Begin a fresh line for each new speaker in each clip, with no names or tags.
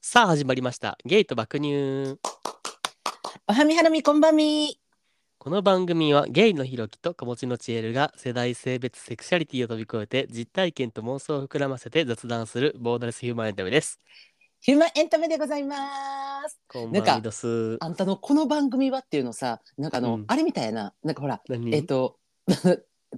さあ始まりましたゲート爆乳
おはみはるみこんばんみ
この番組はゲイのひろきと子持ちのちえるが世代性別セクシャリティを飛び越えて実体験と妄想を膨らませて雑談するボーダレスヒューマンエンタメです
ヒューマンエンタメでございます
こん
な
ば
んか
んみどす
あんたのこの番組はっていうのさなんかあの、
うん
あれみたいななんかほら
何
えっ、と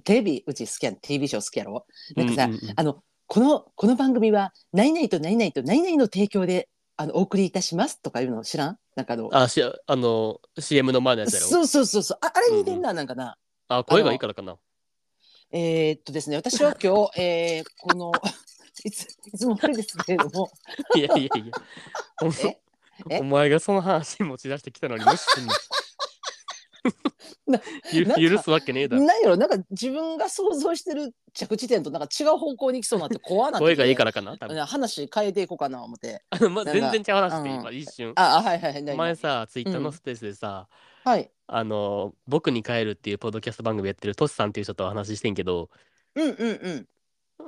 テレビうち好きやん TV ショー好きやろなんかさ、
うんうんうん
あのこのこの番組は何々と何々と何々の提供であのお送りいたしますとかいうの知らんなんかあの
あしあの CM の前のやつやろ
そうそうそうそうああれ似てんな、なんかな
あ声がいいからか な
えーっとですね私は今日、えーこの いついつもあれですけれども
いやいやいやほん
ええ
お前がその話持ち出してきたのに無視すんの
な
ゆ
なんか
許すわけねえだろ
なんやろなんか自分が想像してる着地点となんか違う方向に行きそうになって怖なってきて
声がいいからかな多分
うん話変えていこうかな思って
あ の、ま、
なんか
全然ちゃう話して
うん
今一瞬
ああはいはいはい
お
何
前
々
さツイッター
う
の
ん
スペースでさ、
はい
あの「僕に帰る」っていうポッドキャスト番組やってるトシさんっていう人とお話ししてんけど
うんうんうん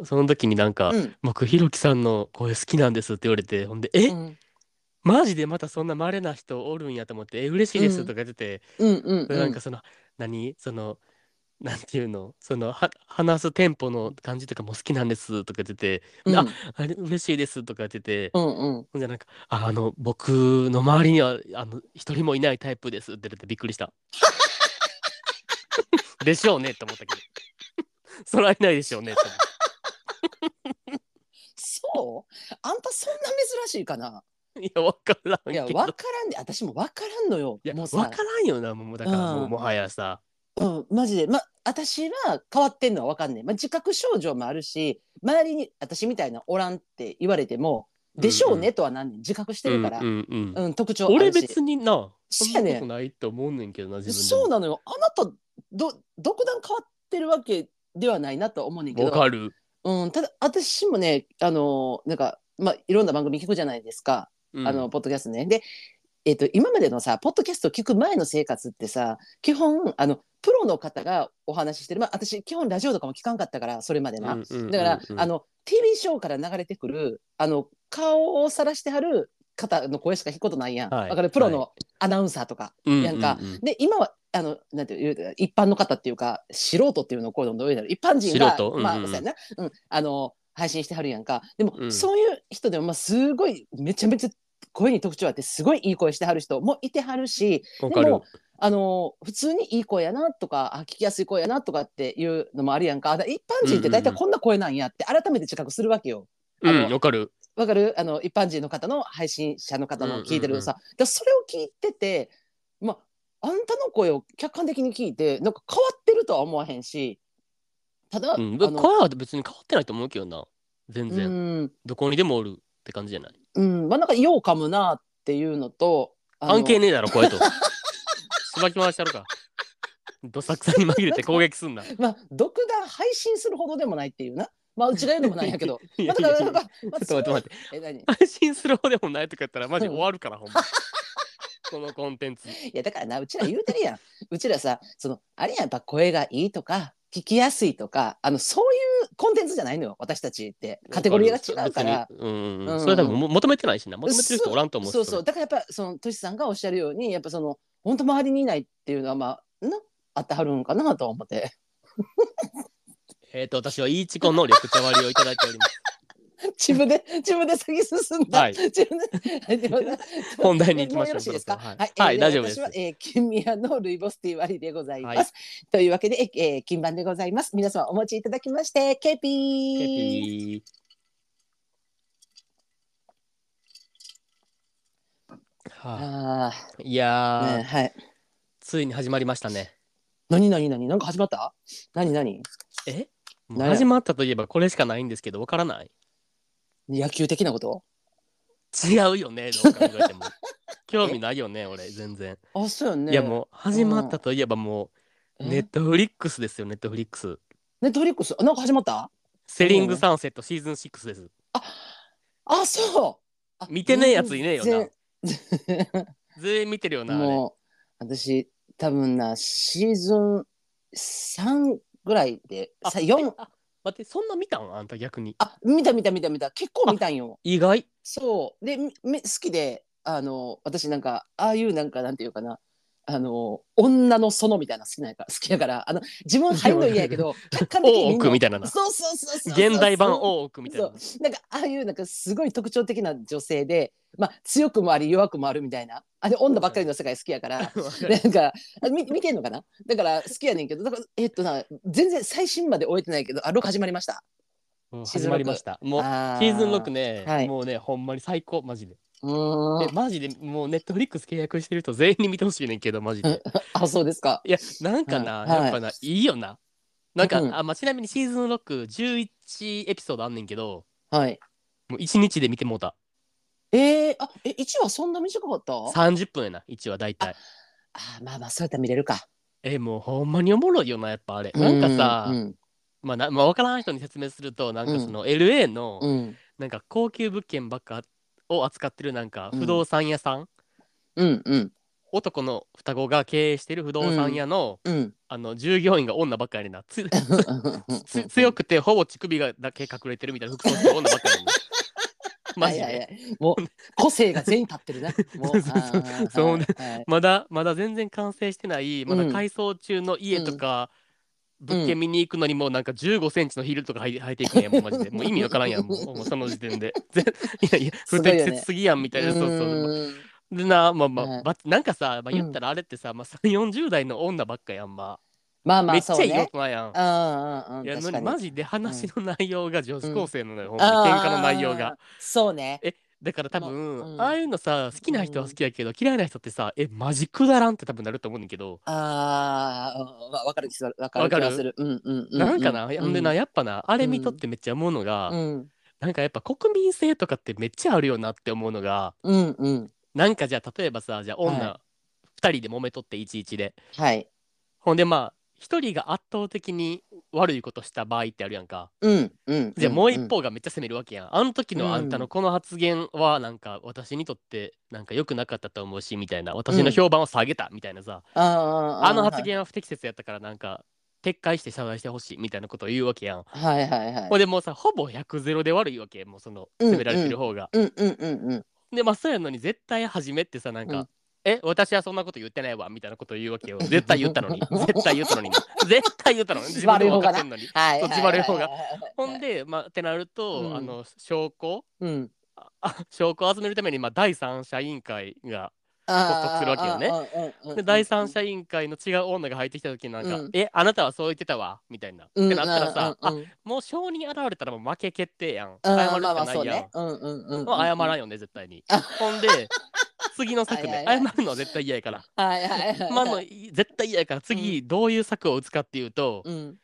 その時になんか「
うん
僕ひろきさんの声好きなんです」って言われてほんで「え、
うん
マジでまたそんな稀な人おるんや」と思って「え嬉しいです」
うん
とか言ってて、
うんうん
でなんかその何そのなんていうのそのは話すテンポの感じとかも好きなんですとか言ってて
うん
ああれ嬉しいですとか言ってて、
うんうん
ほんでなんかああの僕の周りにはあの一人もいないタイプですって言ってびっくりした。 でしょうねって思ったけど。そらいないでしょうねって思っ
そうあんたそんな珍しいかな
た。いやわからん
い
け
や
ど。
わからんで私もわからんのよ
いや
もう
わ
さ
か、らんよなもうだからもう
うん
もはやさ。
うん、マジでま私は変わってんのはわかんない、まあ、自覚症状もあるし周りに私みたいなおらんって言われてもでしょうねとはなんねん自覚してるから
うん、うんうん
うん、特徴あるし
俺別になそ
そ
ん
うや
な
ね
ことないって思うねんけどな自分でも。
そうなのよあなたど独断変わってるわけではないなとは思うねんけ
わ
ど、
かる。
うん、ただ私もねあのなんか、まあ、いろんな番組聞くじゃないですか、
うん
あのポッドキャストね。で、えっと今までのさポッドキャストを聞く前の生活ってさ基本あのプロの方がお話ししてる、まあ、私基本ラジオとかも聞かんかったからそれまでな。だから、あ
の
の TV ショーから流れてくるあの顔を晒してはる方の声しか聞くことないやん、
はい
わかるプロのアナウンサーとか、なんかで今はあのなんていう言う一般の方っていうか素人っていうのをこうどういうの一般人が
素人うんうん
まあそうやな、うん、あの配信してはるやんかでも、
うん
そういう人でも、まあ、すごいめちゃめちゃ声に特徴あってすごいいい声してはる人もいてはるし
わか
で
る
も。あの普通にいい声やなとかあ聞きやすい声やなとかっていうのもあるやんかあだ一般人って大体こんな声なんやって改めて自覚するわけよ。
う
あの
んわかる。
わかるあの一般人の方の配信者の方の聞いてるさ、だからそれを聞いてて、まあ、あんたの声を客観的に聞いてなんか変わってるとは思わへんしただ、
うん、
あ
声
の
は別に変わってないと思うけどな全
う
然、
ん、
どこにでもおるって感じじゃない
うん、まあなんかようかむなっていうのとあの
関係ねえだろ 声としばき回してやるかどさくさに紛れて攻撃すんな
まあ独断配信するほどでもないっていうなまあうちが言うのもなんやけど
い
ま
や
あ
い
だ
やい
から
や
なんかまあ
ちょっと待って
そうえ何
配信する方でもないとか言ったらマジ終わるからほん まこのコンテンツ
いやだからなうちら言うてるやんうちらさそのあれやんやっぱ声がいいとか聞きやすいとかあのそういうコンテンツじゃないのよ私たちってカテゴリーが違うから
別にうん、
うん
それは多分も求めてないしな求めてる人おらんと思うし
そうそう
れ
だからやっぱそのトシさんがおっしゃるようにやっぱその本当周りにいないっていうのはまあなあってはるんかなとは思って
えっ、と私はイーチコの緑茶割りをいただいております
自分で自分で先進んだ、
はい
自分で はいでもな
本題に行きましょう
もよろしいですか
そろそろ
はい、
はい
えー
大丈夫です
私は、えー、金宮のルイボスティー割りでございます、
はい
というわけで、えー、金番でございます皆様お持ちいただきましてケーピー
ケピーはあ、
あ
いや
あ、
ー、
ね、はい。
ついに始まりましたね
何何何なんか始まった？何何？
えもう
なんや
始まったといえばこれしかないんですけどわからない
野球的なこと？
違うよ ねどう考えても興味ないよね俺全然、
あ、そうよね。
いやもう始まったといえばもう
え
ネットフリックスですよネットフリックス
ネットフリックスなんか始まった？
セリングサンセットシーズン6です
あ、そう。あ
見てねえやついねえよな。
全然
全員見てるよなあれ
もう私多分なシーズン三ぐらいで
あ
さ四
あ待って、そんな見たんあんた逆に。
あ見た見た見た見た結構見たんよ
意外。
そうでみめ好きであの私なんかああいうなんかなんていうかなあの女の園みたいなの好きなんやから好きやからあの自分入んの嫌やけど客観的に
大
みんな
奥みたいなな。
そうそうそうそう
現代版大奥みたいな。
なんかああいうなんかすごい特徴的な女性で、まあ、強くもあり弱くもあるみたいなあれ女ばっかりの世界好きやから。
わ かる
なんかあみ見てんのかなだから好きやねんけどだからえっとな全然最新まで終えてないけどあ6始まりました
もう
シーズ
始
ン
まりま した。もう
あ
シーズン6ね、
はい
もうね、ほんまに最高、マジで。
うー
え
ん
マジで、もうネットフリックス契約してる人全員に見てほしいねんけど、マジで。
あそうですか
いや、なんかな、
はい
やっぱな、いいよな。なんか、
うん
あまあ、ちなみにシーズン6、11エピソードあんねんけど、
はい
もう1日で見てもうた。
えー、あえ1話そんな短かったあ
30分やな、1話大体。
ーまあまあそうやったら見れるか
え、もうほんまにおもろいよな、やっぱあれ。なんかさ、
うんうん
まあな、まあ、分からん人に説明すると、なんかその LA の、
うん
なんか高級物件ばっかを扱ってるなんか
うん
不動産屋さん、
うんうん
男の双子が経営してる不動産屋の、
うん
あの従業員が女ばっかりなつ つ
く
強くてほぼ乳首がだけ隠れてるみたいな服装してる女ばっかり なマジで、
はいはいはいもう個性が全員立っ てるなも
そ
う
うそうそう
あー
そう
はいはい
まだまだ全然完成してないま
う
だ
ん
改装中の家とか、
ん
物件見に行くのにもうなんか1 5センチのヒールとか履い履いていくんやもうマジでもう意味わからんやんもうもうその時点で ぜいやいや
す
不
ごいよね
適切すぎやんみたいな、そうそう
ーん
でなまあまあ、
はい
ばなんかさ、まあ、
うん
言ったらあれってさ、まあ、3 4 0代の女ばっかやんま
まあ
あ、
ま
めっ
あ
ち
そ
ゃ
う
いい大
ね
人やん。
うんうんうん
いや
確
の
か
に
に
マジで話の内容が女子高生なのよ、ほんまに
あ
喧嘩の内容
ー
が。
そうね
だから多
ま
分、
うん
ああいうのさ好きな人は好きやけど、嫌いな人ってさえマジくだらんって多分なると思うねんだけど、
ああわわかる気するわかる
わ
気
かる
がするうんうんう
なんかな、ほんでなやっぱなあれ見と
うん
ってめっちゃ思うのが、
うん
なんかやっぱ国民性とかってめっちゃあるよなって思うのが
うんうん
なんかじゃあ例えばさじゃあ
は
女2人で揉めとっていちいちで
はい
ほんでまあ1人が圧倒的に悪いことした場合ってあるやんか
うんうん
じゃあもう一
方
方がめっちゃ責めるわけやん、あの時のあんた
う
の
ん
この発言はなんか私にとってなんか良くなかったと思うしみたいな私の評判を下げたみたいなさ、
あー
あの発言は不適切やったからなんか撤回して謝罪してほしいみたいなことを言うわけやん。
はいはいはい
ほんでもうさほぼ100ゼロで悪いわけもうその
うん
責められてる方が。
うんうんうんうん
でまあそうやのに絶対初めってさなんか。
うん
え私はそんなこと言ってないわみたいなことを言うわけ よ絶対言ったのに絶対言ったのに絶対言ったのに 自分で分かってんのに
はいはい
そっちバレる方が
はいはいはいはい
ほんでまあってなると、
うん
あの証拠
うん
ああ証拠を集めるために、まあ、第三者委員会が
あー
するわけよね
あーうんうんうん
で第三者委員会の違う女が入ってきた時になんか「
うん
えあなたはそう言ってたわ」みたいな。
うん
ってなったらさ、
うんうんうん
あもう証人現れたらもう負け決定やん。
うん
謝るし
まあま
か
あ
な
そう
いやん。
ねうんうんうんうん
もう謝らん
い
よね絶対に
あ。
ほ んで次の策
は
ね
いはいはい
謝るのは絶対嫌やから。
はいはいはい
まあ、もうい絶対嫌やから次どういう策を打つかっていうと、
うん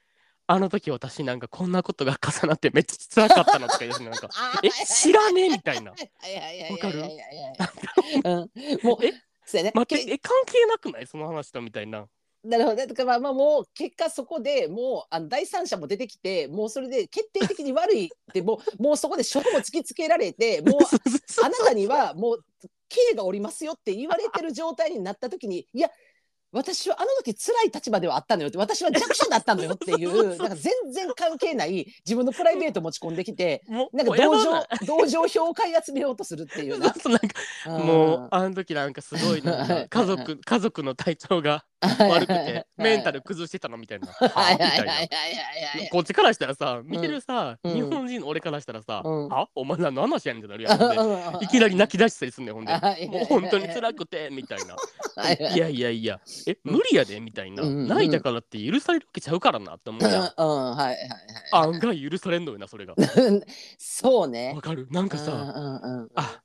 あの時私なんかこんなことが重なってめっちゃ辛かったのとか言うしなん か
あー
え知らねえみたいな。
はいはいはい
わかる
はいはいはいはいうんもう
え
そうやね
待
け
ってえ関係なくないその話とみたいな。
なるほどねだからまあまあもう結果そこでもうあの第三者も出てきてもうそれで決定的に悪いってもう もうそこで処分を突きつけられてもうあなたにはもう刑がおりますよって言われてる状態になった時にいや私はあの時辛い立場ではあったのよって私は弱者だったのよって い
そうそうそ
う
う
なんか全然関係ない自分のプライベート持ち込んできて
もう
なん
も
か
う
同
やばない
情同情票を買い集めようとするっていう な
そうなんかもうあの時なんかすごい なんか家族家族の体調が悪くてメンタル崩してたのみたいな。は
は
み
いはい
た
はいはい
い
はいはい
な。こっちからしたらさ見てるさ、
うん
日本人の俺からしたらさ「
うん
あお前らの話やねん」ってなるやんほんでい
い
きなり泣き出したりすんねんほんで
はいはいはい
もう本当に辛くてみたいな
はいはい
いやいやいやえ無理やでみたいな
うん
泣いたからって許されるわけちゃうからなって思うやん
うんうんはいはいは
案外許されんのよなそれが
い。そうね
わ。かるなんかさ
うんうんうん
あ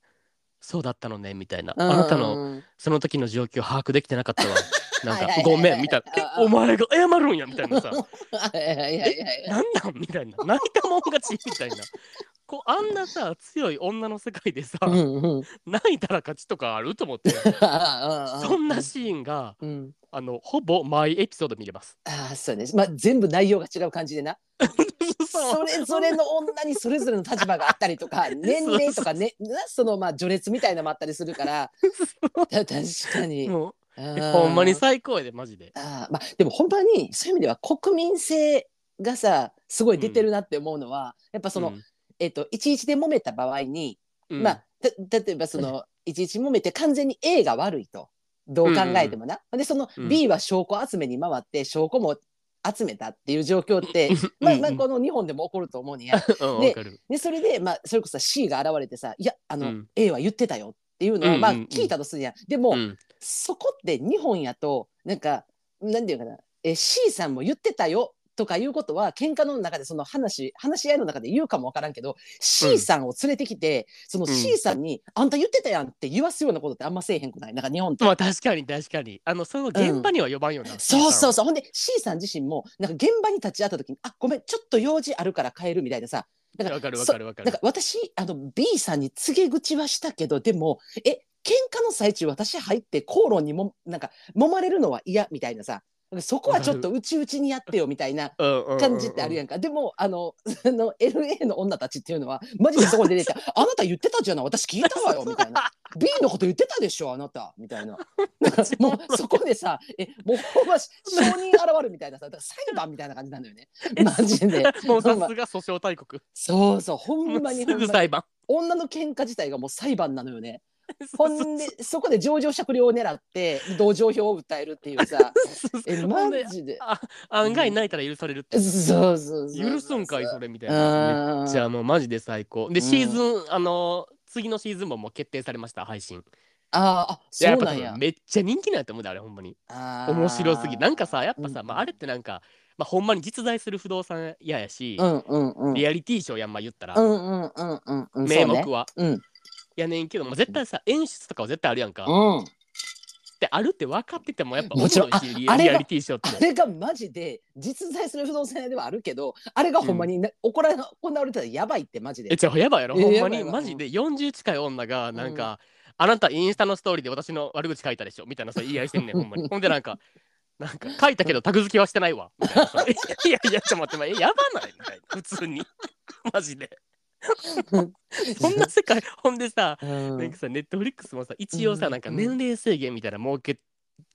そうだったのねみたいな
う
あ
んうんうん
なたのその時の状況把握できてなかったわ。なん
はいはいは
か
い
ごめんみたいな。
あ
えお前が謝るんやみたいなさ。
はいはいはいはい
なんなんみたいな。泣いたもん勝ちみたいな。こうあんなさ強い女の世界でさ、
うんうんうん
泣いたら勝ちとかあると思って。
あ
そんなシーンが
うん
あのほぼ毎エピソード見れます。
ああそうね。まあ全部内容が違う感じでな。それぞれの女にそれぞれの立場があったり とか、年齢とかね、なそのまあ序列みたいなのもあったりするから、た 確かに。
もうえ
あー
ほんまに最高やでマジで。
あーまあでも本当にそういう意味では国民性がさすごい出てるなって思うのは、やっぱその、
うん
えっと11で揉めた場合に、
うん
まあた例えばその11揉めて完全に A が悪いとどう考えてもな、でその
うん
B は証拠集めに回って証拠も集めたっていう状況って、 まあ、まあこの日本でも起こると思うんや。
うん
で
わかる
でそれで、まあ、それこそさ C が現れてさ「いやあの、
うん
A は言ってたよ」っていう
うん
の
う
を、
ん
まあ、
うん
聞いたとするやん。でも、
うん
そこって日本やとなんかなんていうかなえ C さんも言ってたよとかいうことは喧嘩の中でその話話し合いの中で言うかもわからんけ
う
ど、
ん
C さんを連れてきてその
ん
C さんに「あんた言ってたやん」って言わすようなことってあんませえへんくないなんか日本って。
まあ確かに確かにあのその現場には呼ばんよな、
そうそううそうほんで C さん自身もなんか現場に立ち会った時に「あごめんちょっと用事あるから帰る」みたいなさだから
わかるわかるわか
な
る
んか私あの B さんに告げ口はしたけどでもえ喧嘩の最中私入って口論にもなんか揉まれるのは嫌みたいなさなんかそこはちょっとうちうちにやってよみたいな感じってあるや
ん
んか、でもあの その LA の女たちっていうのはマジでそこで出てきた「あなた言ってたじゃない私聞いたわよ」みたい な「B のこと言ってたでしょあなた」みたいななんかもうそこでさえもうほんま証人現るみたいなさだから裁判みたいな感じなんだよ ねマジで
もうさ
ほんます
が訴訟大国
そうそうほん
も
ま
うす
にほんま
ぐ
に
裁判
女の喧嘩自体がもう裁判なのよね。
そ
ほ
うん
でそこ で情状酌量を狙 って同情票を訴えるっていうさ
そう
え
ほ
マ
んで
ジで
あ案外泣いたら許されるって
そうそうそう
許すんかいそれみたいな
あ
じゃあもうマジで最高で
うん
シーズン、あの次のシーズンももう決定されました配信
あーあ
いや
そうなん
やっぱ
や
めっちゃ人気なんやと思うんだよあれほんまに
あー
面白すぎなんかさやっぱさ、
うん
まあ、あれってなんか、まあ、ほんまに実在する不動産屋やし、
うんうんうん
リアリティショーやんまあ言ったら、
うんうんうんうんうん
名
そ
目
うね
は、
うん
やねんけども絶対さ演出とかは絶対あるやんか、っ
うん
てあるって分かっててもやっぱ面
もち
白
ろ
いし
ん
リ
ああれ
リ
が
アリティショーっ
あ
て
れがマジで実在する不動産屋ではあるけどあれがほんまにね行われ行われてたらやばいってマジ
え
で
じゃあやばいやろ
え
ほん
や
ま
ば
に
いやばい
マジで40近い女がなんか、あなたインスタのストーリーで私の悪口書いたでしょみたいなさ言い合いしてんねんほんま にほんでなんかなんか書いたけどタグ付けはしてないわみたいなさいやいやちょっと待って、まあ、えやばないみたいな普通に マジでそんな世界ほんでさ
うん
なんかさ、ネットフリックスもさ、一応さ、
うん
なんか年齢制限みたいな設け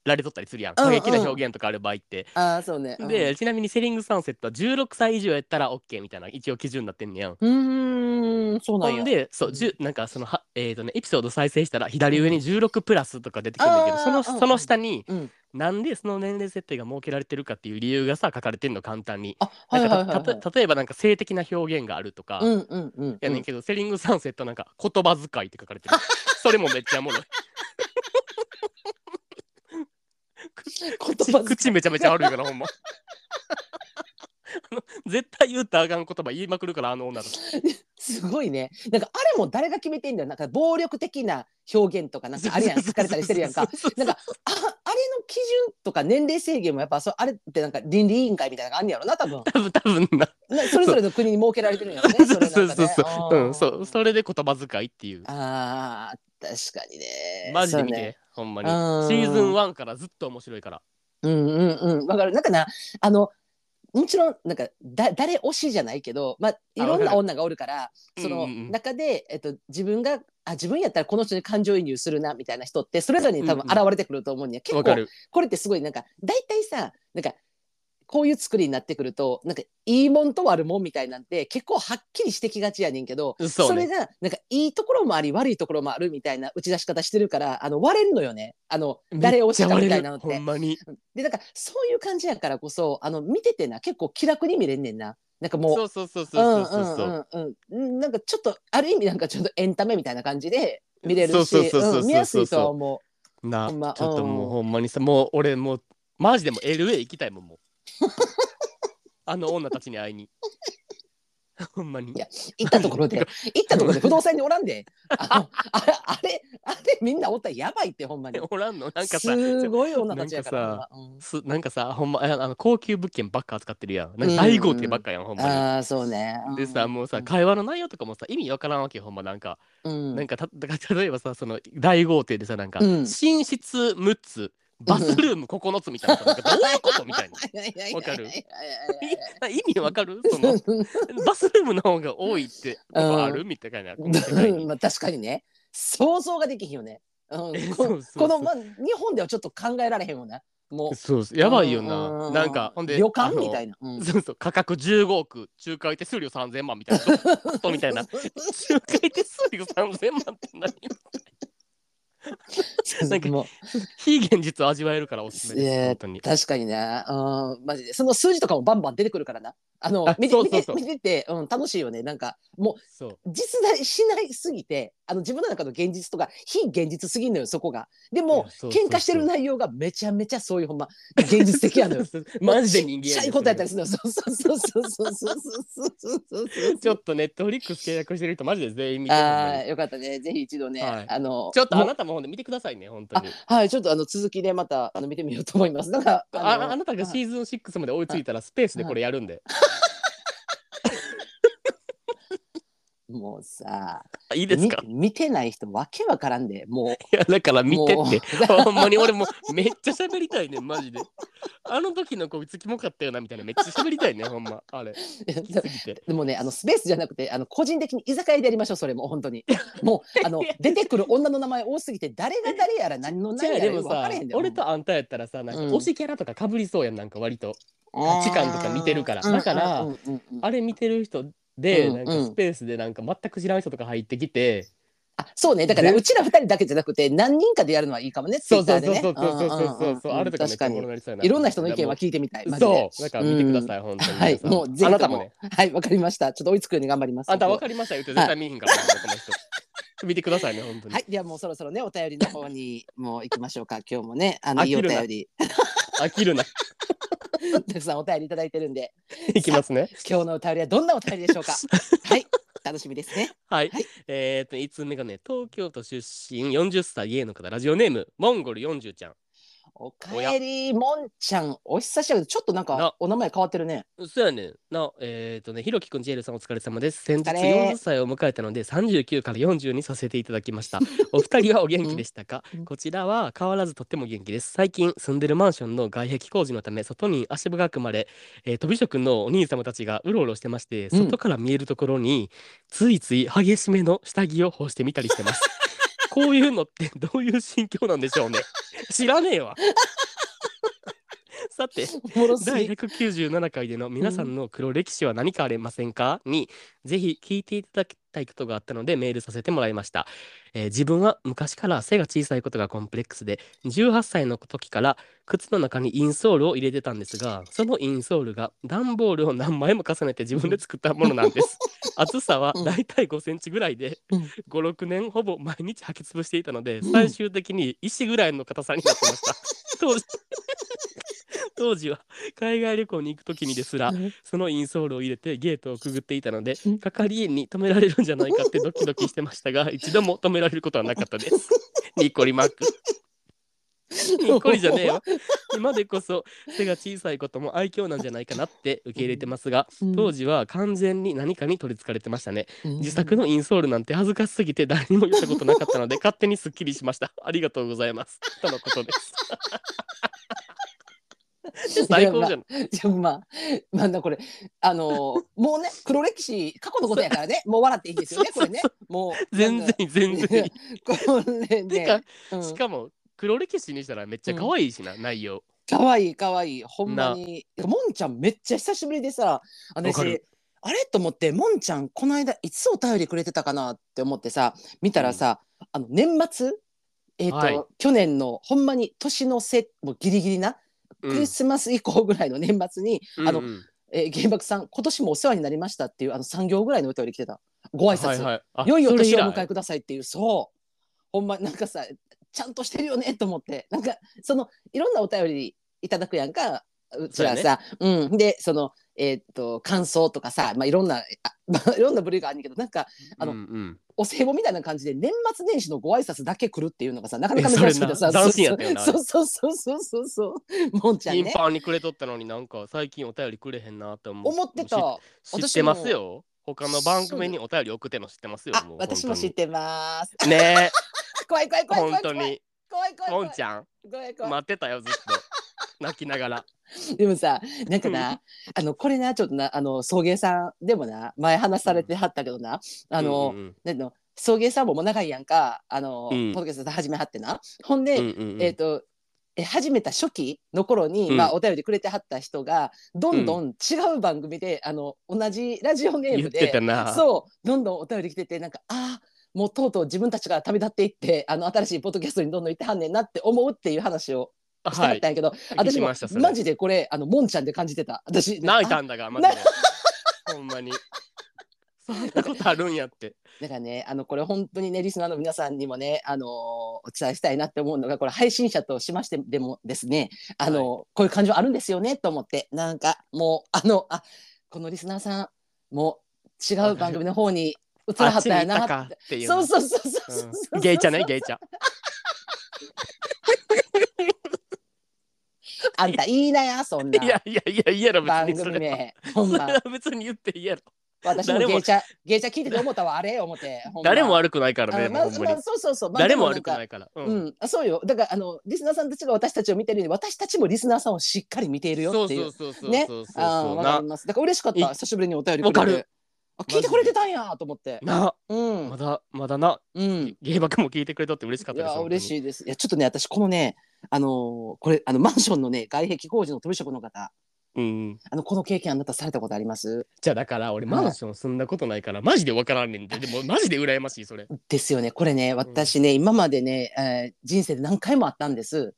られとったりするやん。
うん
過激な表現とかある場合って。
ああそうねうん
で、ちなみにセリングサンセットは16歳以上やったら OK みたいな、一応基準になってんねやん。
うーんそうな
ほ
んや
んで、そう、
うん
じゅなんかそのは、えーとね、エピソード再生したら左上に16プラスとか出てくるんだけど、
あー
その
うんうん
その下に、
うん
なんでその年齢設定が設けられてるかっていう理由がさ、書かれてんの、簡単に。
あは
ないん
はい
か
はいはい
たた例えばなんか性的な表現があるとか、
うんうんうん
やねんけど、セリングサンセットなんか言葉遣いって書かれてる。それもめっちゃおも ろい。
言
口
葉
口めちゃめちゃ悪いからほんまあの絶対言うたらあかん言葉言いまくるからあの女の子
すごいねなんかあれも誰が決めてんだよなんか暴力的な表現とかなんかあれやん書かれたりしてるやんかなんかああれの基準とか年齢制限もやっぱそうあれってなんか倫理委員会みたいなのがあんねや ろな多分
多分多分な
なそれぞれの国に設けられてるんやろね
そう
れなんか
そうそ
ね
う
あ
そう
ー
うんそうそれで言葉遣いっていう
あー確かにね
マジで見
そうね
てほんまにシ
うん
ーズン1からずっと面白いから
うんうんうんわかるなんかなあのもちろんなんかだ誰推しじゃないけど、まあ、いろん
わか
な
る
女がおるからそ
うん
の
うんうん
中で、えっと、自分があ自分やったらこの人に感情移入するなみたいな人ってそれぞれに多分
うん
現
うん
れてくると思うんや、
わ
結
か
構
る
これってすごいなんか大体さなんかこういう作りになってくるとなんかいいもんと悪もんみたいなんて結構はっきりしてきがちやねんけど
そうね
れがなんかいいところもあり悪いところもあるみたいな打ち出し方してるからあの割れるのよねあの誰を推したみたいなのっ
めっちゃ割れる
て
ほん。まに
でだからそういう感じやからこそあの見ててな結構気楽に見れんねんななんかもう
そうそうそうそうそうそうそう
うんうんうんうんなんかちょっとある意味なんかちょっとエンタメみたいな感じで見れ
そう
るし
そうそうそうそう
うん見やすいとは思
な
ほんま
ちょっともううんほんまにさもう俺もうマジでもう LA 行きたいも んもうあの女たちに会いに ほんまに
いやう行ったところ で行ったところで不動産におらんであのあれあれあれみんなおったらやばいってほんまに
おらんのなんかさ
すごい女たちやから
なんか
ほんまうん
すなんかさほんまああの高級物件ばっか扱ってるやんなんか大豪邸ばっかやん、ほんま
ああそうね
にでさもうさ
ん
会話の内容とかもさ意味わからんわけよほんまなんか、
うん
なんかた だから例えばさその大豪邸でさなんか、
うん
寝室6つバスルーム9つみたいなさ なんかどういうことみたいなわかる意味わかる そのバスルームの方が多いって
うん
あるみたいなこの世界に
まあ確かにね想像ができひんよね、うん、
え
こ
そうそうそう
この、まあ、日本ではちょっと考えられへんよなもう
そうですやばいよ
うう
な
う
なんかほんで
旅館みた
い
いな、うん
そうそう価格15億仲介手数料3000万みたい なことみたいな仲介手数料3000万って 何なんか
もう
非現実を味わえるからおすすめです
えー
本当に
確かにねうんマジでその数字とかもバンバン出てくるからなあの
あ
見て
そう
見
そう
て
そう
見てて、うん、楽しいよねなんかも
そう
う実在しないすぎてあの自分の中の現実とか非現実すぎんのよそこがでも
いやそうそうそう
喧嘩してる内容がめちゃめちゃそういうほんま現実的や のよ
マジで人間
ちっちゃ
ね
いことやったりするのよそうそうそうそうそうそうそうそうそうそう
ちょっとネットフリックス契約してる人マジで全員見てほんま
あ
に
あよかったねぜひ一度ね、
はい
あの
ちょっと
も
あ
う
なたもほんで見てくださいね本当に
はいちょっとあの続きでまたあの見てみようと思いますなんか
あああなたが
はい
シーズン6まで追いついたらスペースでこれやるんで
もうさ
いいですか
み見てない人わけわからんでも
いやだから
う
見てって
て
ほんまに俺もうめっちゃ喋りたいねんマジであの時のこいつキモかったよなみたいなめっちゃ喋りたいねんほんまあれきすぎて
でもねあのスペースじゃなくてあの個人的に居酒屋でやりましょうそれも本当にもうあの出てくる女の名前多すぎて誰が誰やら何の
じゃ
何
あ
や
で
ら分
も
か
さ
れへんだよ
俺とあんたやったらさなんか
うん
推しキャラとかかぶりそうやんなんか割と
価
値観とか見てるからだからあれ見てる人で
うん
なん
う
か
ん
スペースでなんか全く知らん人とか入ってきて
あそうねだから
ぜ
うちら二人だけじゃなくて何人かでやるのはいいかもね
そうそう
Twitter
そ
で
う
ね
そうそうそうそうそ
ん
うそうあ
んん
れとかめっ
確
ちゃ
か
おも
に
ろなりそうやない
いろんな人の意見は聞いてみたいマジで
そうだから見てください本当に
はいもうぜひと
あ
も
なたもね
はいわかりましたちょっと追いつくように頑張ります
あんた分かりましたよって絶対見えへんからなこの人見てくださいね本当に
はいではもうそろそろねお便りの方にもう行きましょうか今日も ねあの
飽
いい
き
お
るな
便り
飽きるな
たくさんお便りいただいてる んで
いきますね
今日のお便りはどんなお便りでしょう かはい楽しみですね
はい、
はい
えー、っと5つ目がね東京都出身40歳 A の方ラジオネームモンゴル40ちゃん
おかえりもんちゃんお久しぶりですちょっとな
な
んかお名前変わってるね
そうやねんなえー、っとねひろきくんジェルさんお疲れ様です先日
お疲れ
40歳を迎えたので39から40にさせていただきました お二人はお元気でしたか
うん
こちらは変わらずとっても元気です最近住んでるマンションの外壁工事のため外に足深くまで、えー、とび職のお兄様たちがうろうろしてまして
うん
外から見えるところに、ついつい激しめの下着を干してみたりしてます こういうのってどういう心境なんでしょうね知らねえ わさて
おもろす
第
ぎ
197回での皆さんの黒歴史は何かありませんか、にぜひ聞いていただきたいことがあったのでメールさせてもらいました、えー自分は昔から背が小さいことがコンプレックスで18歳の時から靴の中にインソールを入れてたんですがそのインソールが段ボールを何枚も重ねて自分で作ったものなんです厚さはだいたい5センチぐらいで
うん
56年ほぼ毎日履き潰していたので
うん
最終的に石ぐらいの硬さになってました 当時当時は海外旅行に行く 時にですら
うん
そのインソールを入れてゲートをくぐっていたので
うん
係員に止められるんじゃないかってドキドキしてました が一度も止められることはなかったですニッコリマークニッコリじゃね えよ今でこそ背が小さいことも愛嬌なんじゃないかなって受け入れてますが当時は完全に何かに取りつかれてましたね
うん
自作のインソールなんて恥ずかしすぎて誰にも言ったことなかった ので勝手にスッキリしましたありがとうございますとのことです最高じゃん
じゃあまあ、なんだこれ、あの ーもうね、黒歴史、過去のことやからね、もう笑っていいですよね、これね。もう、
全然いい 全然いい
なんだ。これ
てか
ね、う
し
ん
かも黒歴史にしたらめっちゃ可愛いしな、内容
かわいいかわいい、ほんまに。もんちゃん、めっちゃ久しぶりでさ、
わか
私
る、
あれと思って、もんちゃん、この間、いつお便りくれてたかなって思ってさ、見たらさ、あの年末、えっ、と、
はい
去年の、ほんまに年のせ、もうギリギリな、
うん
クリスマス以降ぐらいの年末に、あの
うんうん
えー、原爆さん今年もお世話になりましたっていうあの3行ぐらいのお便り来てたご挨拶、
はいはいあ
良いお年をお
そ
迎
れ
えくださいっていうそうほんまなんかさちゃんとしてるよねと思ってなんかそのいろんなお便りいただくやんかうちらさう、ん、でそのえーっと感想とかさ、まあ、いろんなあ、まあ、いろんな部類があるんけどなんか
以来
あの
うんうん
お歳暮みたいな感じで年末年始のご挨拶だけ来るっていうのがさなかなか
え
珍しくて
そ
さ
れな
そ
斬
う
新やったよな
そうそうそうそうそうそうもんちゃん
頻
ね
繁にくれとったのになんか最近お便りくれへんなって思う
思ってた。
知知ってますよ他の番組にお便り送ってんの知ってますよ
あ
もう
私も知ってます
本当にね
怖い怖い
え
怖
本
い怖い
当
怖い
に
怖い怖い
も
怖い
んちゃん
怖い怖い
待ってたよずっと泣きながら
でもさなん かなあのこれなちょっとなあの送迎さんでもな前話されてはったけどな あの、
うんうん
なんていうの送迎さんももう長いやんかあの、
うん
ポッドキャスト始めはってなほんで、
うんうんうん
えっ、とえ始めた初期の頃に、
うん
まあ、お便りくれてはった人がどんどん違う番組で、あの同じラジオネー
言
ム
って
で
たな。
そうどんどんお便り来ててなんかああもうとうとう自分たちが旅立っていってあの新しいポッドキャストにどんどん行ってはんねんなって思うっていう話をした
は
かっ
い
たん。やけど、私
し
も
ましたそれ
マジでこれあのもんちゃんで感じてた私
泣い
あ
たんだが、マジで。ほんまに。そんなことあるんや って。
だからねあのこれ本当にねリスナーの皆さんにもねあのーお伝えしたいなって思うのがこれ配信者としましてでもですねあのー、こういう感情あるんですよねと思ってなんかもうあのあこのリスナーさんもう違う番組の方に移らは
あ
っ
っち
た
に
や
いたか
な
っていうの。
そうそうそうそうそう
う
そ
ん
う
ゲイチャね、ゲイチャ。
あんたいいなやそんな い
やいやいや、いやろ、別
番
にそ
組
れは。
名ほん
それ
ま
は 別に言っていいやろ。
私も
誰も
ゲーチャゲーチャ聞いてて思ったわあれ思ってほんま
誰も悪くないからね、
あ
で
まあ
もほんま
まあ
に。
そうそうそうまあ
誰も
で
悪
ん
く
か
ないから。う
うんん、あそうよだからあのリスナーさんたちが私たちを見てるように私たちもリスナーさんをしっかり見ているよ
そう
っていう
そうそうそう
ね
そうそう
あー
そう
わか
な
りますだから嬉しかっ
い
た久しぶりにお便りくれて
わかる
あ聞いてくれてたんやと思って
な
うん
まだまだな
うん
芸爆も聞いてくれたって嬉しかっ
い
たです
や嬉
い
しいですいやちょっとね私このねあのーこれあのマンションのね外壁工事の取り職の方
うん
あのこの経験あなたされたことあります
じゃあだから俺マンション住んだことないからマジで分からんねん ででもマジで羨ましいそれ
ですよねこれね私ね、今までね、えー人生で何回もあったんです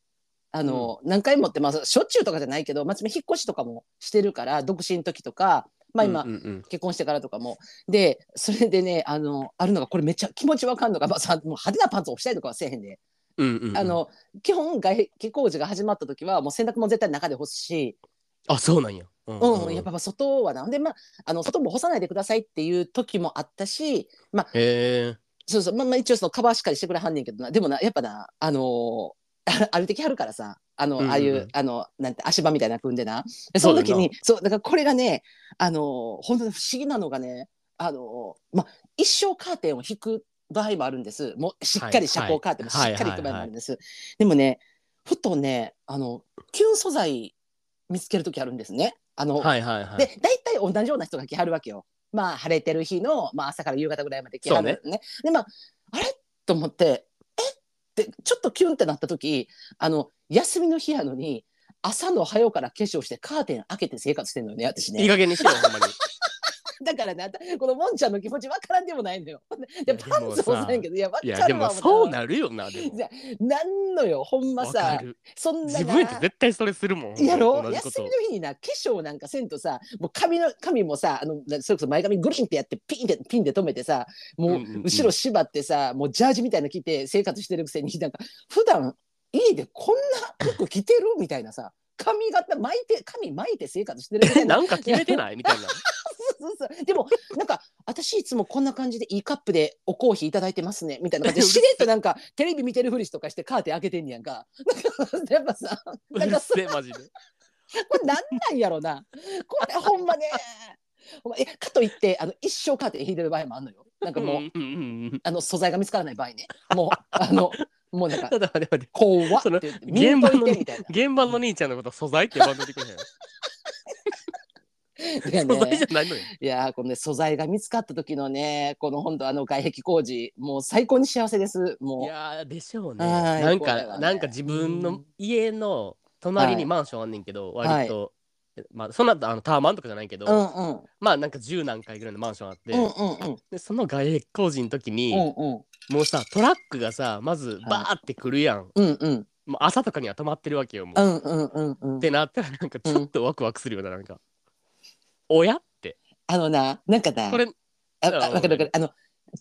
あの、何回もってまあしょっちゅうとかじゃないけどまあ引っ越しとかもしてるから独身の時とかまあ今、
うんうんうん
結婚してからとかもでそれでねあのあるのがこれめっちゃ気持ちわかんのが、まあ、さもう派手なパンツを押したりとかはせえへんで、
うんうんうん
あの基本外壁工事が始まった時はもう洗濯も絶対中で干すし、
あそうなんやう
うん
ん
やっぱまあ外はなんで、まあ、あの外も干さないでくださいっていう時もあった
へ
し
え
そうそう、まあ、まあ一応そのカバーしっかりしてくれはんねんけどなでもなやっぱなあのー 歩いてきはるからさあの、
うんうんうん
ああいうあのなんて足場みたいな組んでなでその時にそうだからこれがねあのー本当に不思議なのがねあのーまあ一生カーテンを引く場合もあるんですもうしっかり遮光カーテンもしっ
はい
かり引く場合もあるんです、でもねふとねあの旧素材見つける時あるんですねあの、
はいはいはい
で大体同じような人が来はるわけよ。まあ晴れてる日の、まあ、朝から夕方ぐらいまで来はるねでまああれと思ってえってちょっとキュンってなった時あの休みの日やのに朝の早うから化粧してカーテン開けて生活してんのよね私
いい
ね。
加減にしろほんまに
だからねあたこのもんちゃんの気持ちわからんでもないのよ。
い
で
や
パンツ
でもさ
押さへんけどいやわ
い
か
やで
るわ
もそう
思っ
なるよなでも
いやたなんのよほんま
わか
さ
る
そんなな
自分やって絶対それするもん
やろ
同じこ
休み
と
の日にな化粧なんかせんとさもう髪の髪もさあのなそれこそ前髪グリンってやってピンでピンで止めてさも
うんうんう
うん後ろ縛ってさ、もうジャージみたいなの着て生活してるくせになんか普段家でこんな服着てるみたいなさ髪型巻いて髪巻いて生活してるみた
え
いな
なんか決めてないみたいな
そうそうそうでもなんか私いつもこんな感じでいいカップでおコーヒーいただいてますねみたいな感じ
うる
でし
せえ
れっとなんかテレビ見てるふりしとかしてカーテン開けてんねやんかなんかやっぱさ
う
なん
る
かそ
せえマジで
これなんなんやろな。これほんまね。ほんまえかといってあの一生カーテン引いてる場合もあるのよ。なんか
うんう
もう、
んうんうん
あの素材が見つからない場合ね。もうあのもうなん か
ただ待って待って
怖っ
その
って言って見ん
現場
と
の
いてみたいな。
現場の兄ちゃんのこと素材って呼ばんといてくれへん
いや,、
素材じ
ね、
ゃないのよ。
いやーこのね素材が見つかった時のねこの本当あの外壁工事もう最高に幸せです。
い
も
やーでしょうね。
はい
なん
こ
か、
れはね
なんか自分
う
の
ん
家の隣
はい
にマンションあんねんけど、
はい
割と、まあそんなあのタワマンとかじゃないけど、
う。うんうん
まあなんか10何階ぐらいのマンションあって、
うんうんうん
でその外壁工事の時に、
うん
もうさトラックがさまずバーって来るやん、
うんうん
もう朝とかには止まってるわけよもう。
う
っ
んうんうんうん
てなったらなんかちょっとワクワクするよななんか。おやって
あのななんかな
これ
あ、
うん
あわかるわかる。あの、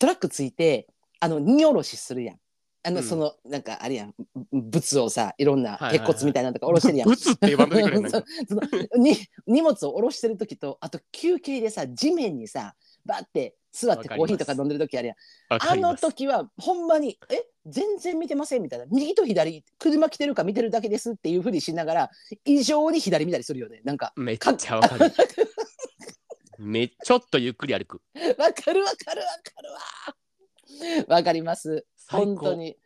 トラックついて、あの、荷下ろしするやん。あの、
うん
その、なんか、あれやん、ぶ物をさ、いろん
は
な
いはいはい
鉄骨みたいなのとか下ろして るやん。
ブツって言わんといてくれへんなん
そ
か
うそのに荷物を下ろしてる時と、あと休憩でさ、地面にさ、バって座ってコーヒーとか飲んでる時あるやん。
わか
あ
り
の
ます
時は、ほんまに、え全然見てませんみたいな。右と左、車来てるか見てるだけですっていうふうにしながら、異常に左見たりするよね。なんか、
めっちゃわかる。 めちょっとゆっくり歩く。
わかるわかるわかるわ。わかります。
最
本当
高。
に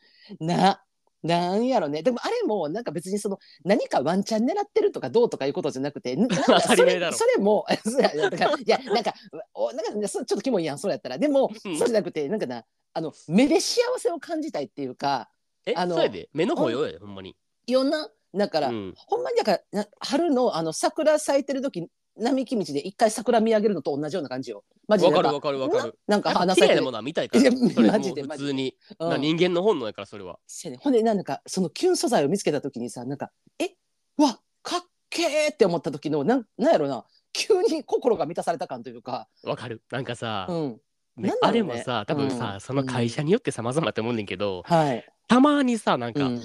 ななんやろねでもあれもなんか別にその何かワンチャン狙ってるとかどうとかいうことじゃなくてななんか
当
そ
たり前
れ
だろ
それも そうやいやだからいやなんかおなんかねそちょっとキモいやんそうやったらでも
う
そうんじゃなくてなんかなあの目で幸せを感じたいっていうか
え、
あの
そうやで。目の保養やで、ほんまに。
いろんなだから、
うん
ほんまにだからな春のあの桜咲いてる時並木道で一回桜見上げるのと同じような感じよ。マジで
わ
な
か
ん
るわかるわかる。
ななんか
やっぱ
花
綺
咲い
麗な
てる
も。のは見たいから。
いや
それ
マジで
もう普通に。
うん
な人間の本能やから、それは。
せやねんほんでなんかそのキュン素材を見つけた時にさなんか「えうわかっけー!」って思った時のなんなんやろな急に心が満たされた感というか、
わかる。なんかさ
う、ん、
ね
なんだ
あ
ろ
れ
うね
もさ、多分さ、
うん
その会社によって様々だと思うねんけど、
はい、
たまにさ、なん
う
か、
ん、い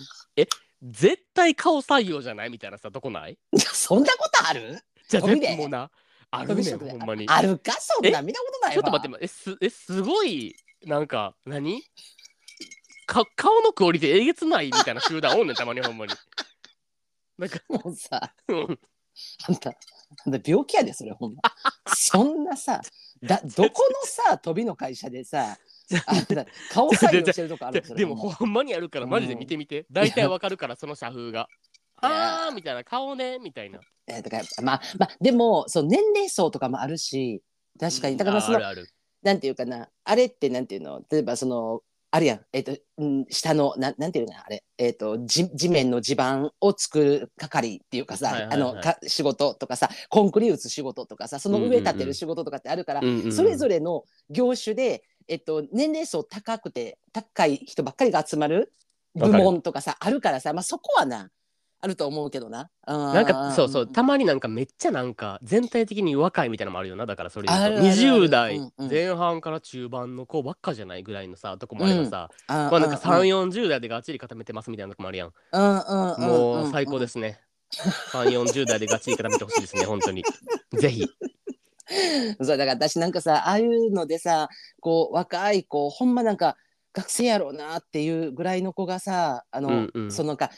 絶対顔採用じゃないみたいなさ、とこない
やそん なことある
じゃあ
ゴミ
全
で
部もうな、ある
ゴミ
ねん、
職で
ほんまに。
あるかそんな見たことない
ちょ
わ
っと待って、え、す、え、すごい、なんか、何か顔のクオリティえげつないみたいな集団おんねん、たまにほんまに。なんか、
もうさ
うん
あんたあんた病気やでそれほんまそんなさだどこのさ飛びの会社でさあんた顔採用してるとこあ
で
るそれ
でも
ほんま
ほんまにあるからマジで見てみて大体わかるからその社風が「
いや
あー」みたいな「顔ね」みたいな
えーだからまあまあでもその年齢層とかもあるし確かにだからその
あるある
なんていうかな、あれってなんていうの、例えばその、あるやん、えっ、と、うん、下の、なん、なんていうの、あれ、えっ、と、じ、地面の地盤を作る係っていうかさ、
はいはいはい
あの、か、仕事とかさ。コンクリート打つ仕事とかさ、その
うんうん
上
うん
立てる仕事とかってあるから、
うんうんうん
それぞれの業種で、えっ、と、年齢層高くて、高い人ばっかりが集まる。部
わ
門とかさ、あるからさ、まあ、そこはな、あると思うけどな。な
なんかそうそうたまになんかめっちゃなんか全体的に若いみたいなのもあるよなだからそれ言うと
あるあるある
20代
うんうん
前半から中盤の子ばっかじゃないぐらいのさとこもあればさ
ま
まあなんか3、40代でがっちり固めてますみたいなとこもあるやん
うん、うん、ん
も
ん
う最高ですね3、40代でがっちり固めてほしいですね本当 にぜひ
そうだから私なんかさああいうのでさこう若い子ほんまなんか学生やろうなっていうぐらいの子がさあの、
うんうん
そのなんか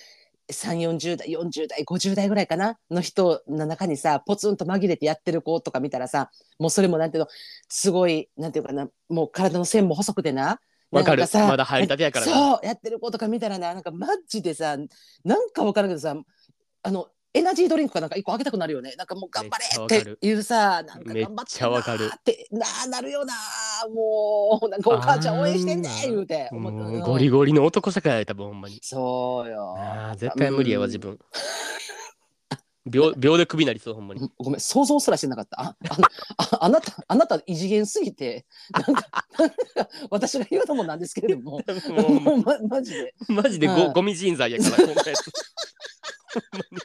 3 4 0代40代50代ぐらいかなの人の中にさポツンと紛れてやってる子とか見たらさもうそれもなんていうのすごいなんていうかなもう体の線も細くてな。
わかる
なんさ
まだ入りたてやからな
そうやってる子とか見たらななんかマジでさなんかわからんけどさあのエナジードリンクかなんか一個あげたくなるよねなんかもう頑
めっちゃわ
張
か
れ
る
っていうさなんか
めっ
頑張って
ちゃわかる
なーってなあなるよなーもうなんかお母ちゃん応援してんね
あ
ー
ー
言うて思った
も
け
う
ど
ゴリゴリの男社会や多分ほんまに
そうよ
あー絶対無理やわ自分秒秒でクビなりそうほんまに
うんごめん想像すらしてなかったああああなたあなた異次元すぎてなんかなんか私が言うのもなんですけれども もう、ま、マジで
マジで
う
ゴ
ん
ゴミ人材やから、こんなやつ。ほんまに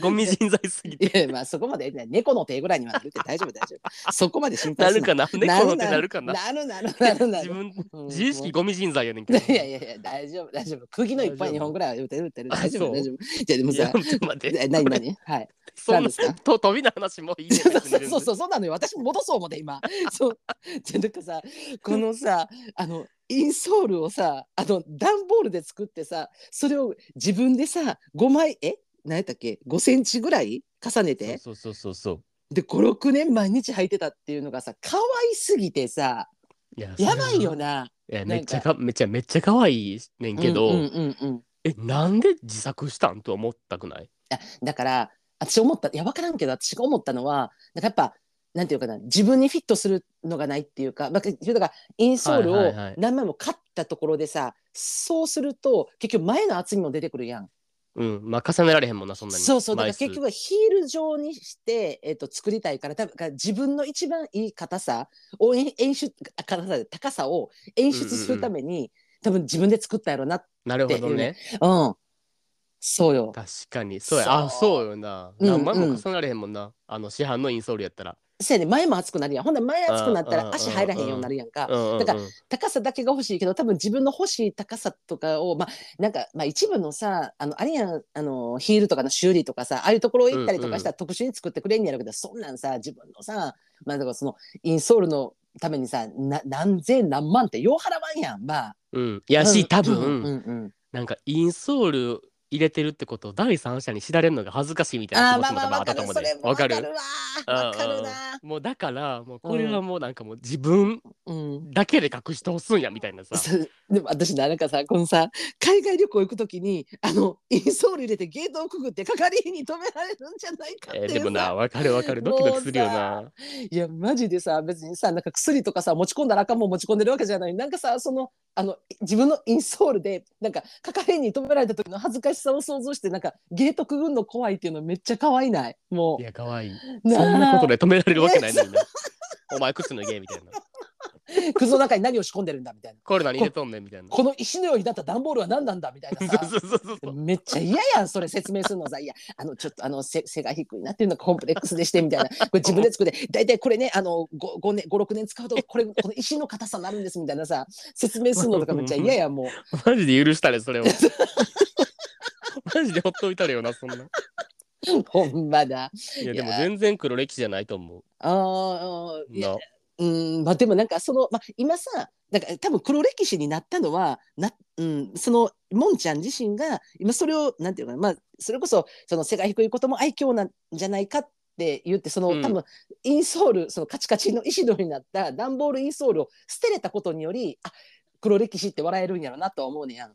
ゴミ人材すぎて。
いやまあそこまで、ね、猫の手ぐらいにはなるって大丈夫大丈夫そこまで心
な
配す
る
ん
かな猫の手なるかな
なるなるなるな
自
る
分、
うん
自意識ゴミ人材やねんけ
い
ど。
やいやいや大丈夫大丈夫釘の一
大
杯
丈夫
二本ぐらいは打てる打てる
あ
大丈
そ
夫
う
大丈夫じゃでも
いや
さ
ちょっと待って。
え何何はい
そん
何
な
ですか
と飛びな話もういいね。
そうそうそうそうそうなのよ私も戻そう思って今そうじゃなんかさこのさあのインソールをさあの段ボールで作ってさそれを自分でさ5枚え何やったっけ5センチぐらい重ねて
そうそうそうそう。
で56年毎日履いてたっていうのがさ可愛すぎてさ
いや
やばいよ。な
それはえ
な
め
んか
っちゃか、めっちゃ、めっちゃ可愛いねんけ
うんうん
ど、
うんうん
え、なんで自作したんと思ったくない
あだから私思ったいや分からんけど私が思ったのはなんかやっぱなんていうかな自分にフィットするのがないっていうか、まあ、だからインソール
はい
を
はいはい
何枚も買ったところでさ、そうすると結局前の厚みも出てくるやん
うん、まあ重ねられへんもんな、そんなに。
そうそうだから
枚数
結局はヒール状にして、えっと作りたいから多分だから自分の一番いい硬さを演演出硬さで高さを演出するために、多分自分で作ったやろな
なるほどね。
うんそうよ
確かに。そう
そう
や。あ、そうよな。
うん
何
うん
枚も重ねられへんもんな。あの、市販のインソールやったら。
せやね前も厚くなるやんほんで前厚くなった
うんうんうんう
ら
ん
足入らへんようになるやんか、
うんうんうん
だから高さだけが欲しいけど多分自分の欲しい高さとかをまあなんか、まあ、一部のさあのあれやんあのヒールとかの修理とかさああいうところ行ったりとかしたら特殊に作ってくれんねやろうけど、そんなんさ自分のさ、まあ、だからそのインソールのためにさな何千何万ってよう払わんやんまあ。
うん、やし、多分、
うんうんうん
なんかインソール入れてるってことを第三者に知られるのが恥ずかしいみたい
あ
な
あ
気持
まあ
ちも
ま
多
あ
分あったと思うでわ
わかるそれもわ
か
か
る
るわわかるな。
もうだからもうこれはもうなんかもう自分
うん
だけで隠し通すんやみたいなさ、
そうでも私なんかさこのさ海外旅行行く時にあの インソール入れてゲートをくぐって係員に止められるんじゃないかってい
え
う
ー
さ、
でもなわかるわかるドキドキするよ
も
ない
やマジでさ別にさなんか薬とかさ持ち込んだらあかんもん持ち込んでるわけじゃないなんかさそのあの自分のインソールでなんか係員に止められた時の恥ずかししさを想像してなんかゲートくぐんの怖いっていうのめっちゃ可愛いないも
いや、可愛い
う
そんなこと
で
で止められるわけないの にな。お前、靴脱げみたいな。
靴の中に何を仕込んでるんだみたいな
これ何入れとんねんみたいな。
この石のようになった段ボールは何なんだみたいな
そう
さ
そうそうそうそう。
めっちゃ嫌やんそれ説明するのさいやあのちょっとあのせ背が低いなっていうのがコンプレックスでしてみたいなこれ自分で作って大体これねあの56年56年使うとこれこの石の硬さになるんですみたいなさ説明するのとかめっちゃ嫌やんもう
マジで許したれ、それを。 マジでほっといたれよな、そんな。い
ほんまだ
や、でも
いや
全然黒歴史じゃないと思う。
あーいや
な
うんまあでもなんかその、まあ、今さなんか多分黒歴史になったのはな、うん、そのもんちゃん自身が今それをなんていうのかな、まあ、それこそその背が低いことも愛嬌なんじゃないかって言ってその、
うん
多分インソールそのカチカチの石のようになった段ボールインソールを捨てれたことによりあ黒歴史って笑えるんやろなとは思うねやん。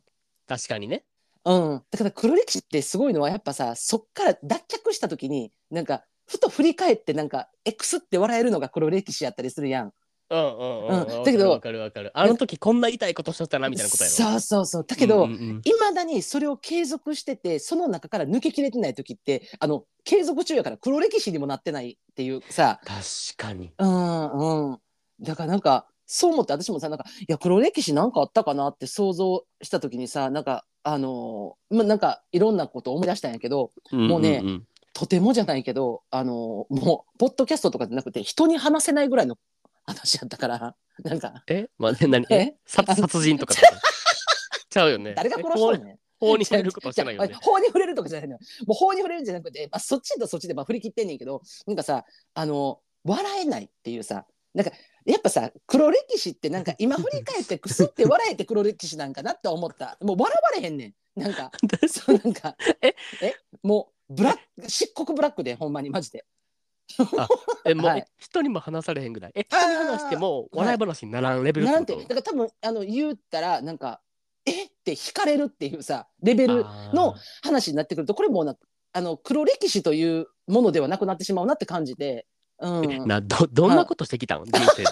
確かにね。
うん、だから黒歴史ってすごいのはやっぱさそっから脱却した時になんかふと振り返ってなんかえくすって笑えるのが黒歴史やったりするやん。
うんうんうん
う
うんん。
だけど
わかるわかるわかる。あの時こんな痛いことしとったな、みたいなことやろ。
そうそうそうだけど、
うんうんうん
いまだにそれを継続しててその中から抜けきれてない時ってあの継続中やから黒歴史にもなってないっていうさ
確かに。
うんうんだからなんかそう思って私もさなんかいや黒歴史なんかあったかなって想像した時にさなんかあのーまあなんかいろんなことを思い出したんやけどもうね
んんん
とてもじゃないけどあのーもうポッドキャストとかじゃなくて人に話せないぐらいの話やったからなんか
えまあ、ね、何え
え
殺殺人とかってことちゃうよね。
誰が殺し
法
た
に
のねん
法に触れることはしてないよ
じ
ね
ゃあ。法に触れるとかじゃないのよ。もう法に触れるんじゃなくて、まあ、そっちとそっちでまあ振り切ってんねんけど、なんかさ、あの、笑えないっていうさ、なんか、やっぱさ、黒歴史ってなんか今振り返ってくすって笑えて黒歴史なんかなって思った。もう笑われへんねん。なんか、 そうなんか、
え
えもう、ブラック、漆黒ブラックで、ほんまにマジで。
えもう、
はい
え人にも話されへんぐらい。え
あー
人に話しても笑い話にならんレベル
なん、
っててこ
だから多分、あの、言ったら、なんか、えって惹かれるっていうさ、レベ
と
ル
あー
の話になってくるとこれもうなあの黒歴史というものではなくなってしまうなって感じで、うん、い
などどんなことしてきたん人 生で。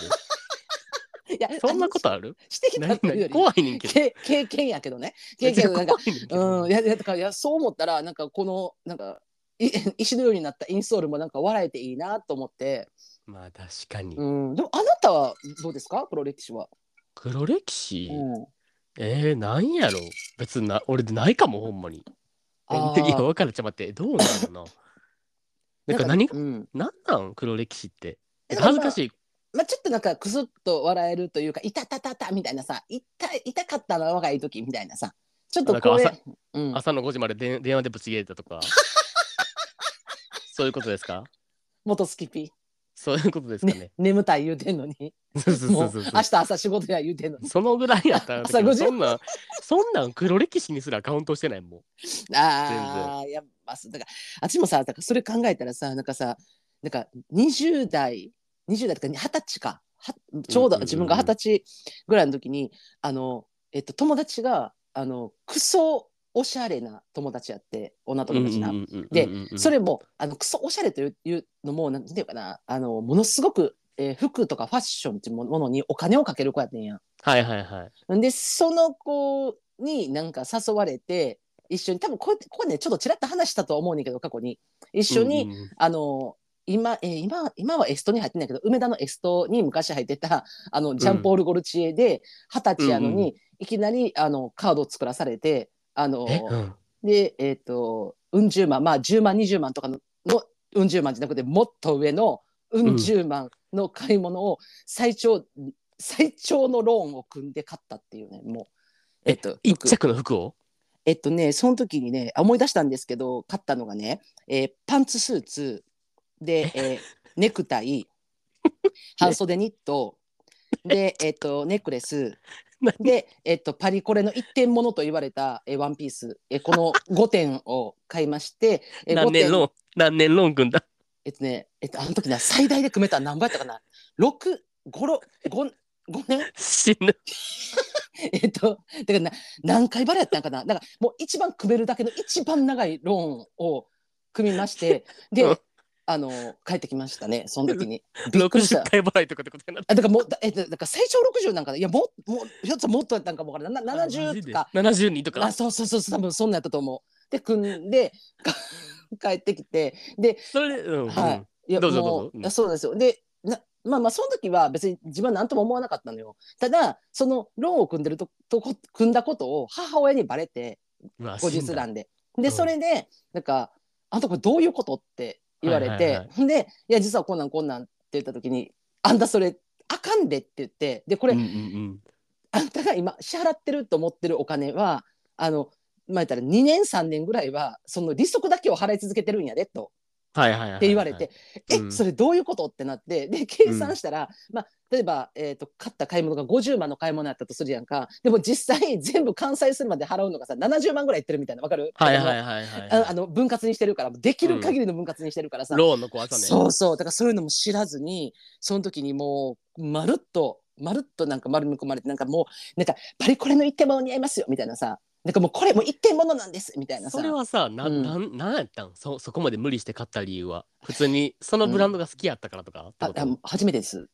や
そんなこ
あ
とある
のしてきた
何
というよ
何
り
怖いねんけど。
け経験やけどね経験のなんか
怖いねんけど
うんいやいやだからいやそう思ったらなんかこのなんかい 石のようになったインソールもなんか笑えていいなと思って、
まあ確かに。
うん、でもあなたはどうですか黒歴史は、
黒歴史、
うん、
えー、なんやろ別にな俺ないかもほんまに。え
あ
いや
ー
分からんちょっと待ってどうな のなんか何が
うん、
なんなん黒歴史って。
え
恥ずかしい
まあ、ちょっとなんかクスッと笑えるというか「いたたたた」みたいなさ「いた痛かったの若い時」みたいなさちょっとこ
なん
れ、うん、
朝の5時まで電電話でぶち切れたと かそういうことですか
元スキピ
そういうことです
ー、
か
ね
ね
眠たい言うてんのに
そうそう
も
そううそう
明日朝仕事や言うてんのに
そのぐらいやったら
朝5時
そんなんそんなん黒歴史にすらカウントしてないもん
ああいやまあそうだから私もさだからそれ考えたらさなんかさなんか20代20代とかに二十歳かはちょ
う
うど
んうんうん
自分が二十歳ぐらいの時にあの、えっと、友達があのクソおしゃれな友達やって女友達な。
うんうんうんうん
で
うんうん
それもあのクソおしゃれといういうのもなんていうかなあのものすごく、えー服とかファッションっていうもものにお金をかける子やってんや
はいはいはい
んでその子になんか誘われて一緒に多分これここねちょっとちらっと話したと思うねんけど過去に一緒に、
うんうんうん
あの今、えー今今はエストに入ってないけど梅田のエストに昔入ってたあのジャンポール・ゴルチエで二十歳やのに、
うんう
いきなりあのカードを作らされてあの
え、うん、
で、えっ、と、うん十万、まあ10万、20万とかののうん十万じゃなくて、もっと上のうん十万の買い物を最長、最長のローンを組んで買ったっていうね、もう。
え
っと、
一
服
着の服を
えっとね、その時にね、あ思い出したんですけど、買ったのがね、えーパンツスーツで、えーネクタ イ、半袖ニット、で、えっと、ネックレス、
何
で、えっと、パリコレの一点ものと言われた、えーワンピース、えーこ の5点を買いまして、えー
何年
5
ロー
点
ン何年ローン組んだ
えっとね、えっと、あの時な、最大で組めたら何倍やったかな ?6、5、5、5年
死ぬ
えっと、だからな何回バレやったんかなだからもう一番組めるだけの一番長いローンを組み ましてで、
うん
あの帰ってきましたねその時にびっくりした
60回払いとかってことやな
あだからもうだえだから最長60なんかないやもうもうひょっとしたらもっとやったんかもわからんないな
あマジ
70
で
とか
72と
あ
か
そうそうそうそう多分そんなんやったと思うってくんでか 帰ってきてで
それで、うん、
は
う
い
ん
いや
どうぞ
も
どうぞうん
そうなんですよでなまあまあその時は別に自分は何とも思わなかったのよただそのローンを組んでるととこ組んだことを母親にバレて
うわ
後
死
日
んだ
談で
うん
でそれでなんか「あんたこれどういうこと?」って言われ
はいはい
てで「いや実はこんなんこんなん」って言った時に「あんたそれあかんで」って言ってでこれ
うんうん
あんたが今支払ってると思ってるお金はあのまあ言ったら2年3年ぐらいはその利息だけを払い続けてるんやでと
はいはいはいはい
って言われて、
うん
えそれどういうことってなってで計算したら、まあ、例えば、えー、と買った買い物が50万の買い物やったとするやんかでも実際全部完済するまで払うのがさ70万ぐらいいってるみたいなわかる、
はいはいはいはい
あのあの分割にしてるからできる限りの分割にしてるからさ、
ローンの怖さね
そうそうだからそういうのも知らずにその時にもうまるっとまるっとなんか丸め込まれてなんかもうなんかパリこれの一点物似合いますよみたいなさなんかもうこれもう一点物なんですみたいなさ
それはさな,、、
うんん
なんなんやったんそそこまで無理して買った理由は普通にそのブランドが好きやったからとかって
あ
こと
あ初めてです。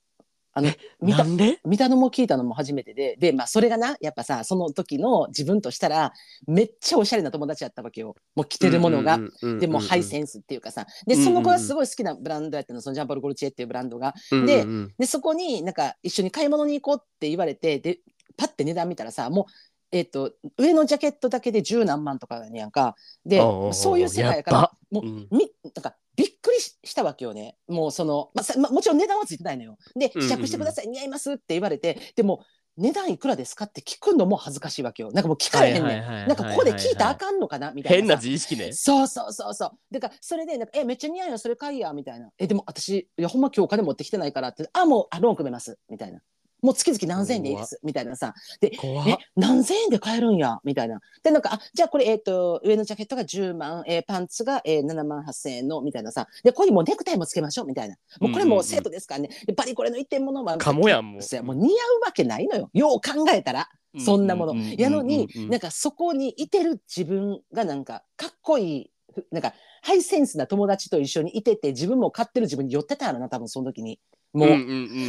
あの見
な
た
んで
見たのも聞いたのも初めてででまあそれがなやっぱさその時の自分としたらめっちゃおしゃれな友達やったわけよもう着てるものが、でもうハイセンスっていうかさでその子がすごい好きなブランドやったのそのジャンパル・ゴルチエっていうブランドが
ン
で
うんうん
でそこになんか一緒に買い物に行こうって言われてでパッて値段見たらさもうえっと上のジャケットだけで十何万とかやねやんかで
おうおうおう
そういう世界やか
やっ
ら
ば
もう
うん
みなんかびっくりししたわけよねもうその、まあさまあ、もちろん値段はついてないのよで
うんうん
試着してください、似合いますって言われてでも値段いくらですかって聞くのも恥ずかしいわけよなんかもう聞かれへんねん、
はいはいはいはいはい
なんかここで聞いたらあかんのかなみたいなさ
変な自意識ね
そうそうそうそう。だからそれでなんかえめっちゃ似合うよそれ買いやみたいな。えでも私いやほんま今日お金持ってきてないからってあもうあローン組めますみたいな。もう月々何千円でいいですみたいなさ。
怖
え何千円で買えるんやみたいな。でなんかあじゃあこれえっ、と上のジャケットが10万、えーパンツが、えー、7万8千円のみたいなさ。でここにもうネクタイもつけましょうみたいな。もうこれもうセットですからね。でバリこれの一点物は
かもやんもう
そうやもう似合うわけないのよ。よう考えたら。そんなもの。やのに、なんかそこにいてる自分がなんかかっこいいふなんかハイセンスな友達と一緒にいてて自分も買ってる自分に寄ってたやろな多分その時に。もう、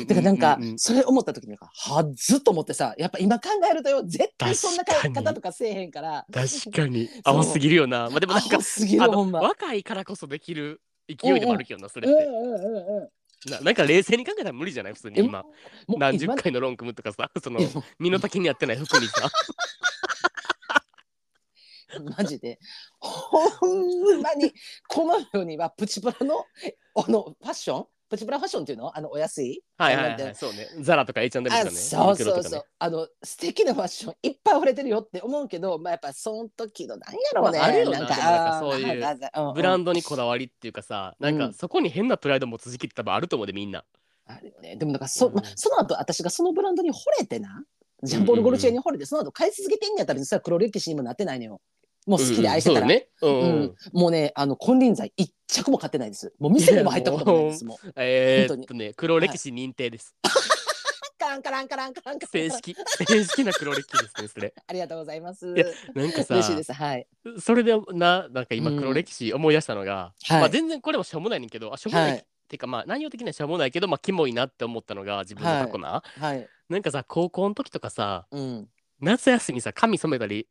だからなんか、それ思った時にはずと思ってさやっぱ今考えるとよ絶対そんな買い
確かに
方とかせえへんから
確かに青すぎるよなまあでも
ア
なんか
ホすぎる
あ
ほん
の
ま。
若いからこそできる勢いでもあるけどなそれ
うん
っ
うんうんうん
てななんか冷静に考えたら無理じゃない普通に
え
今
もう
何十
今
回のローン組むとかさその
いやも
身の丈に合ってない服に さ
う マジでほんまにこの世にはプチプラのあのファッションプチプラファッションっていうのあのお安い
はいはい
なん
は
て
いそうねザラとか H&M とか
あ
ね
そう
ユニクロ
そ
とか
うそう、
ね
あの素敵なファッションいっぱい溢れてるよって思うけどまあやっぱその時のなんやろうね、
まああるよな
な
でもな
ん
んか
かあー
そういう
なんかうんうん
ブランドにこだわりっていうかさなん
う
か
ん
そこに変なプライド持つ時期って多分あると思うでみんな
あるよねでもなんかそ,、
うん
まあ、その後私がそのブランドに惚れてなジャンボール・ゴルチェに惚れてその後買い続けてんやったら実は黒歴史にもなってないのよもう好きで愛してたら、
うんそう
う
だねうん
んもうねあの金輪際一着も買ってないですもう店にも入ったこともないですもう
えー
本
っ
当
とね黒歴史認定です
カランカランカランカランカラ
正
ン
式正式な黒歴史ですねそれ
ありがとうございます
やなんかさ
嬉しいですはい
それでななんか今
うん
黒歴史思い出したのが、
はい
まあ、全然これもしょうもないねんけどあしょうもない、
はい
ってかまあ内容的にはしょうもないけどまあキモいなって思ったのが自分の過去な、
はい
なんかさ高校の時とかさ
うん
夏休みさ髪染めたり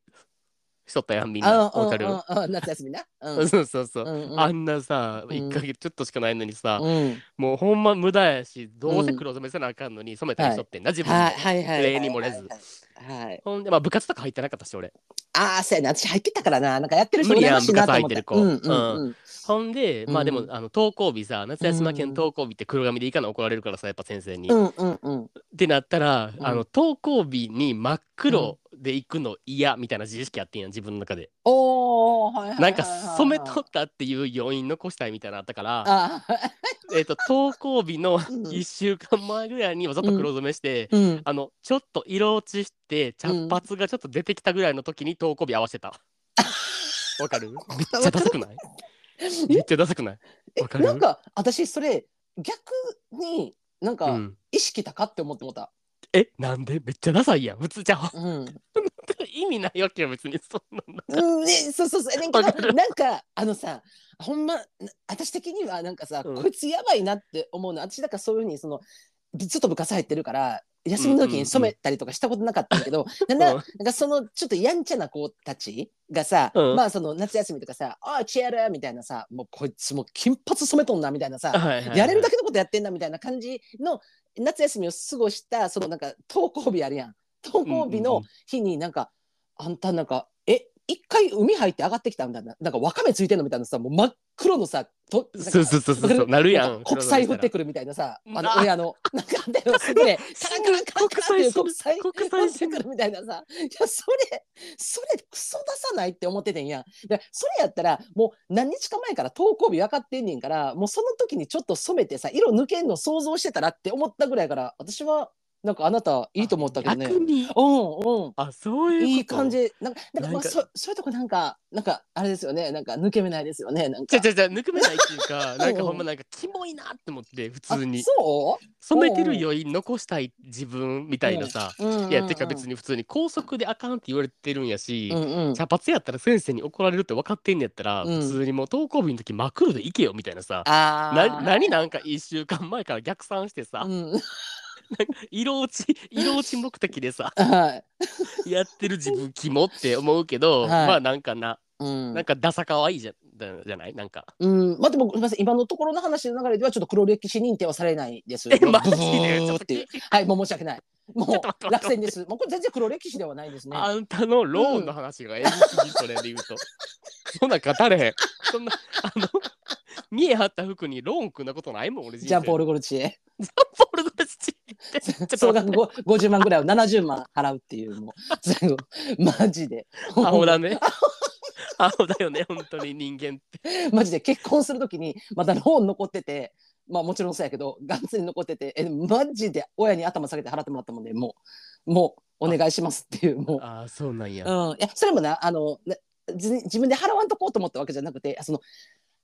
しとったやんみんな
あ
わかる、
うんうんうんうん夏休みなう ん
そうそうそう、
うんうん
あんなさ
うん
1ヶ月ちょっとしかないのにさ、
うん
もうほんま無駄やしどうせ黒染めせなあかんのに染めたりしとってんな、自分も、
はいはいはい。
例に漏れず
はいはいはい。はい。
ほんでまあ部活とか入ってなかったし俺
ああ、そうやな。私入ってたからな。なんかやってる人
無理やん
羨ましいなと思って
部活入ってる子
うんうんうん。
ほんでまあでも、
うん
あの登校日さ夏休み明けの
うん
登校日って黒髪でいかな怒られるからさやっぱ先生に、
うんうんうん。
ってなったら、
うん
あの登校日に真っ黒で行くの嫌みたいな自意識あってんやん自分の中で、
おお、はいはいは い
な
はい。
んか染めとったっていう要因残したいみたいなのあったから、
ああ、
えっと登校日の
うん
1週間前ぐらいにわざと黒染めして、
うん。
あのちょっと色落ちして茶髪がちょっと出てきたぐらいの時に登校日合わせた。わか るめっちゃダサくないめっちゃダサくないわか
え、
る
なんか私それ逆になん
う
か
ん、
意識高って思ってもた。
えなんでめっちゃダサいやん普通じゃあ
うん。
意味ないわけよ別にそんなんな
うん、ね、そうそうそう、えねんけ
わかる
ど、なんか、あのさ、ほんま、な私的には、なんかさ、
うん
こいつやばいなって思うの、私だから、そういうふうに、その。ずっと部活入ってるから、休みの時に染めたりとかしたことなかったんだけど、 なななんかそのちょっとやんちゃな子たちがさ、
うん
まあその夏休みとかさ「ああチアル!」みたいなさもうこいつもう金髪染めとんなみたいなさ、やれるだ
け
けのことやってんなみたいな感じの夏休みを過ごしたそのなんか登校日あるやん登校日の日になんか、あんたなんかえ一回海入って上がってきたみたいななんかわかめついてんのみたいなさもう真っ黒のさとなんか
そうそうそうそうなるや
なん
ん
か国債降ってくるみたいなさあの
あ
親のなんかあれをすぐでカランカランカランカラ ンっていう国債
国
降
債
っ
す
て
る
くるみたいなさいやそれそれクソ出さないって思っててんやでそれやったらもう何日か前から登校日分かってんねんからもうその時にちょっと染めてさ色抜けんの想像してたらって思ったぐらいから私はなんかあなたいいと思ったけどね
逆に
うんうん
あそういうこと
いい感じなんかなん
な
かま
ん
あ
か
そそういうとこなんかなんかあれですよねなんか抜け目ないですよねなん
じ
か
ゃじゃじゃぬくめないっていう かなんか
うん
ほんまなんかキモいなって思って普通に
あそ
染めてる余韻残したい自分みたいなさ
う、うんうんうん
いやてか別に普通に高速であかんって言われてるんやし
うんうん
茶髪やったら先生に怒られるって分かってんねやったら
うん
普通にもう登校日の時真っ黒で行けよみたいなさ
あ
な何なんか1週間前から逆算してさ
うん、
色落ち色落ち目的でさ
はい、
やってる自分キモって思うけど
はい
まあなんかな
うん
なんかダサ可愛いじゃだじゃないなんか
うん、まあでもごめんなさい今のところの話の流れではちょっと黒歴史認定はされないです。
え マジでち
ブブ
ょ
ー
っ
っ
と
てい
聞
う
いて
はい、もう申し訳ない。
ちょ
も
っと待って
う落選です。もうこれ全然黒歴史ではないですね。
あんたのローンの話がえぐすぎ、それで言うと。そんなん語れへん。そんな、あの、見え張った服にローン組んだことないもん、俺人生
ジャンポール・ゴルチエ。
ジャンポールの父。 ちょっと
総
待
額
って、
ご50万ぐらいを70万払うっていう、もう、 全部、マジで。
青だ ね。青だよね、本当に人間って。
マジで結婚するときにまだローン残っててまあもちろんそうやけどがっつり残っててえマジで親に頭下げて払ってもらったもんで、もうもうお願いしますっていうもう、
ああ、そうなんや。
うん、いやそれもなあのな自自分で払わんとこうと思ったわけじゃなくてその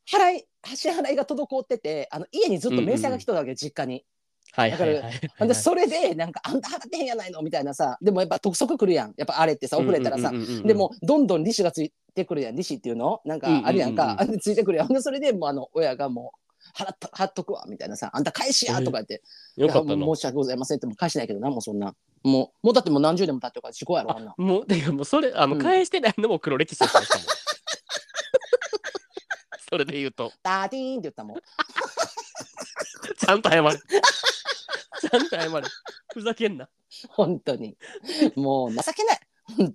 払い支払いが滞っててあの家にずっと明細が来てたわけよ、実家に。
はいはいはい。
ほんでそれでなんか「あんた払ってへんやないの」みたいなさでもやっぱ督促来るやんやっぱあれってさ遅れたらさ、
うんうんうんうん
で、もどんどん利子がついてくるやん利子っていうのなんかあるやん
うん
か
う、ん
あれついてくるやんほんでそれでもうあの親がもう払っと払っとくわみたいなさあんた返しやとか言って、
よかっ
いや
た
も
の
う。申し訳ございませんってもう返しないけどなもうそんなもうもうだってもう何十年も経ってるから事故やろあんな
あもう、てかもうそれ、あの、
うん
返してないのも黒歴史ですねしかも それで言うと、
ダーディーンって言ったもん
ちゃんと謝る。ちゃんと謝る。ふざけんな。
本当にもう情けない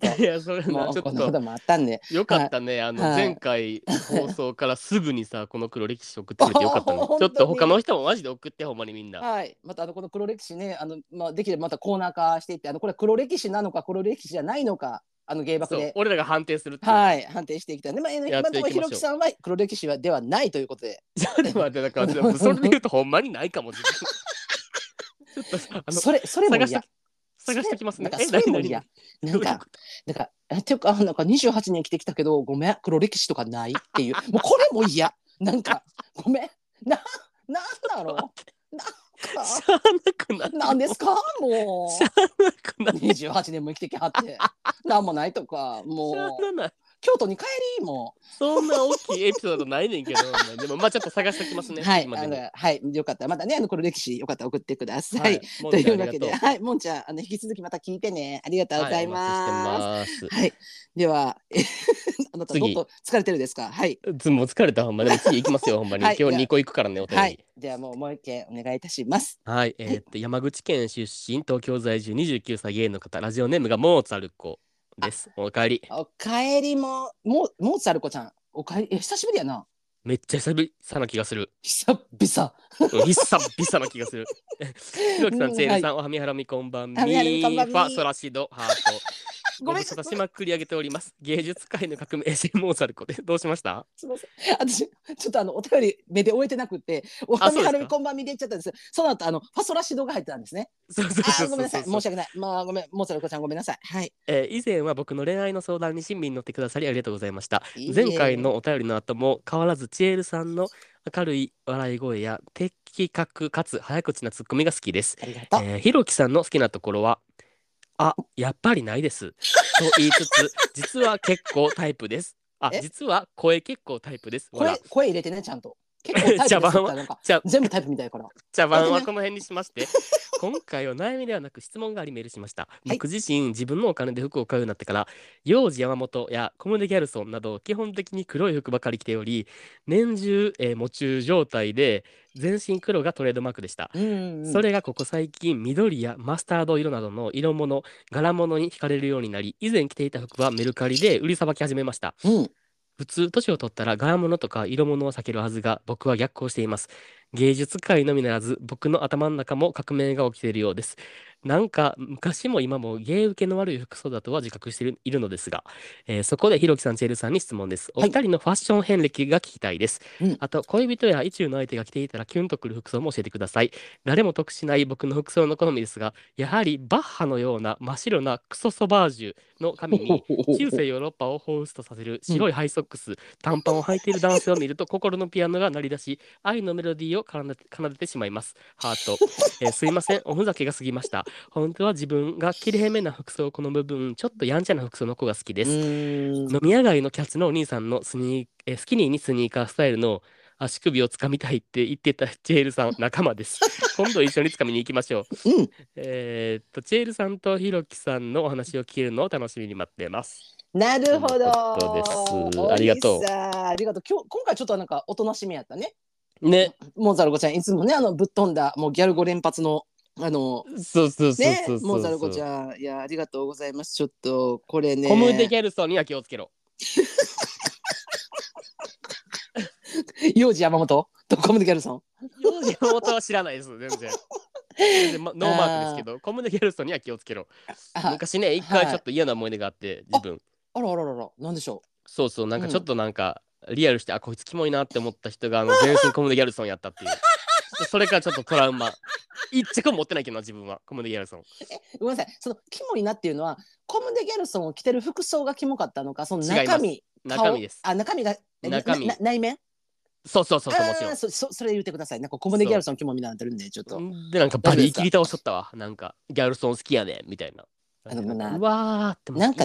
本
いや、それ
当
な、
も
ちょ
う
っ
こんな
と
こ。ともあったんで
よかったね、あの
はい
前回放送からすぐに さ、この黒歴史送ってくれてよかったねち
本。当
ょ
に
っと他の人もマジで送って、ほんまにみんな。
はい、またあのこの黒歴史ね、あのまあできればまたコーナー化していって、あのこれは黒歴史なのか黒歴史じゃないのか、あの芸爆
そう
で、
俺らが判定するっていう。
はい判定していきたい。で、まあ、えー
や
今
って
の
いき
と
ましょう
ころひろきさんは黒歴史はではないということで、
ちょっと待って、だから、でもそれで言うとほんまにないかもしれない。 ちょっとさ、あの、
それそれも
探
い
して
や、
探してきますね。
なんか
え、
それ
何
もい
何
や
々。
なんかなんかえていうかあなんか二十八年生きてきたけど、ごめん黒歴史とかないっていう、もうこれもいや、なんかごめんななんだろ
し
う、な
ゃあなく
んか
な
なんですすかもう
しゃ。あなく な
二十八年も生きてきは って、なんもないとか、
しゃ
もう
あない。
京都に帰りもう。
そんな大きいエピソードないねんけど、ほんまにでもまあちょっと探してきますね。
はい、
今
あ
でも
の、はい、よかったら、またね、あの、この歴史、よかったら送ってくださ。
はいい。も
と
んち
い
ゃ
うん
あ
わ
り
け
がと
で、はい、もんちゃん、あの、引き続きまた聞いてね、ありがとうござい
はい
ます。
お待ちしてます。
はい、では、 えあなた、ど
次
っと疲れてるですか。はい、
ずもう疲れたほんまに次行きますよほんまに、
はい
今日2個行くからねお便り
は
はいい、、
では、もう、もう一件お願いいたします。
えーっと山口県出身東京在住29歳芸の方ラジオネームがモーツァルコですおかえり
おかえりも、もう、モーツァルコちゃん、おかえり、え、久しぶりやな。
めっちゃ久々な気がする
久々。
うん久々な気がするひろきさ
うんん
せいるさん、おはみはらみこんばんみ
はみはらみこんばんみ
ファソラシドハート
ごめ
ご無
ん
沙汰しまくり上げております芸術界の革命新モーツァルコでどうしました
すみません。 私、ちょっとあの、お便り目で終えてなくて、おはみはるみこんばんみで言っちゃったんです。その後、あの、ファソラシドが入ってたんですね。
そうそう
あ
そう
ーごめんなさい。
そう
申し訳ない。まあ、ごめん。モーツァルコちゃん、ごめんなさい。はい。
えー以前は僕の恋愛の相談に親身に乗ってくださりありがとうございました
いいえ
前回のお便りの後も変わらずチエルさんの明るい笑い声や的確かつ早口なツッコミが好きです、
ありが
え
とう。
ー、ひろきさんの好きなところはあやっぱりないですと言いつつ実は結構タイプですあ
え
実は声結構タイプです
声
笑、
声入れてね、ちゃんと。結構タイプで す
茶番は
なんか
茶
全部タイプみたいやから。
茶番はこの辺にしまして今回は悩みではなく質問がありメールしました、
い
僕自身自分のお金で服を買うようになってから幼児山本やコムデギャルソンなど基本的に黒い服ばかり着ており年中、えー、喪中状態で全身黒がトレードマークでした、
うんうんうん
それがここ最近緑やマスタード色などの色物柄物に惹かれるようになり以前着ていた服はメルカリで売りさばき始めました
うん
普通年を取ったら柄物とか色物を避けるはずが僕は逆行しています芸術界のみならず僕の頭の中も革命が起きているようですなんか昔も今も芸受けの悪い服装だとは自覚しているいるのですが、えーそこでひろきさんチェルさんに質問ですお
はい
二人のファッション遍歴が聞きたいです、
うん
あと恋人や意中の相手が着ていたらキュンとくる服装も教えてください誰も得しない僕の服装の好みですがやはりバッハのような真っ白なクソソバージュの髪に中世ヨーロッパを彷彿とさせる白いハイソックス、短パンを履いている男性を見ると心のピアノが鳴り出し愛のメロディーを奏で奏でてしまいますハ ート、えーすいませんおふざけが過ぎました本当は自分がきれいめな服装を好む分ちょっとやんちゃな服装の子が好きです、
うん
飲み屋街のキャッツのお兄さんのスニー、えースキニーにスニーカースタイルの足首をつかみたいって言ってたチェールさん 仲間です。今度一緒につかみに行きましょう。
うん
えーっとチェールさんとひろきさんのお話を聞けるのを楽しみに待ってます。
なるほど
ということですありがとう
おじさんありがとう。今日今回ちょっとなんかおとなしみやったね。
ね、
モーザルコちゃんいつもねあのぶっ飛んだもうギャル語連発のあの
そうそうそう
ね
そうそう
モーザルコち
ん。
ゃんいやありがとうございます。ちょっとこれね。
コムデギャルソンには気をつけろ。
幼児山本とコムデギャルソン。
ヨージ山本は知らないです全 然。全然まノーマークですけど、コムデギャルソンには気をつけろ。
あ
昔ね一
は
回
い
ちょっと嫌な思い出があって自分。
あらあらあらあらなんでしょ
そうそうなんかちょっとなんか、リアルしてあこいつキモいなって思った人があ の全身コムデギャルソンやったっていうちょっとそれからちょっとトラウマ一着も持ってないけどな自分はコムデギャルソン
う。ごめんなさいそのキモいなっていうのはコムデギャルソンを着てる服装がキモかったのかその
違い
中
ます
身
中身です
顔あ中身がえ
中身
なな内面
そうそうそうそうもち
あ
ろ
ーそそそれ言ってください。なんかコムデギャルソン肝になってるんで、ちょっと。
んでなんかバリ切り倒しとったわなんかギャルソン好きやねみたいな
あでもな
うわーって
なんか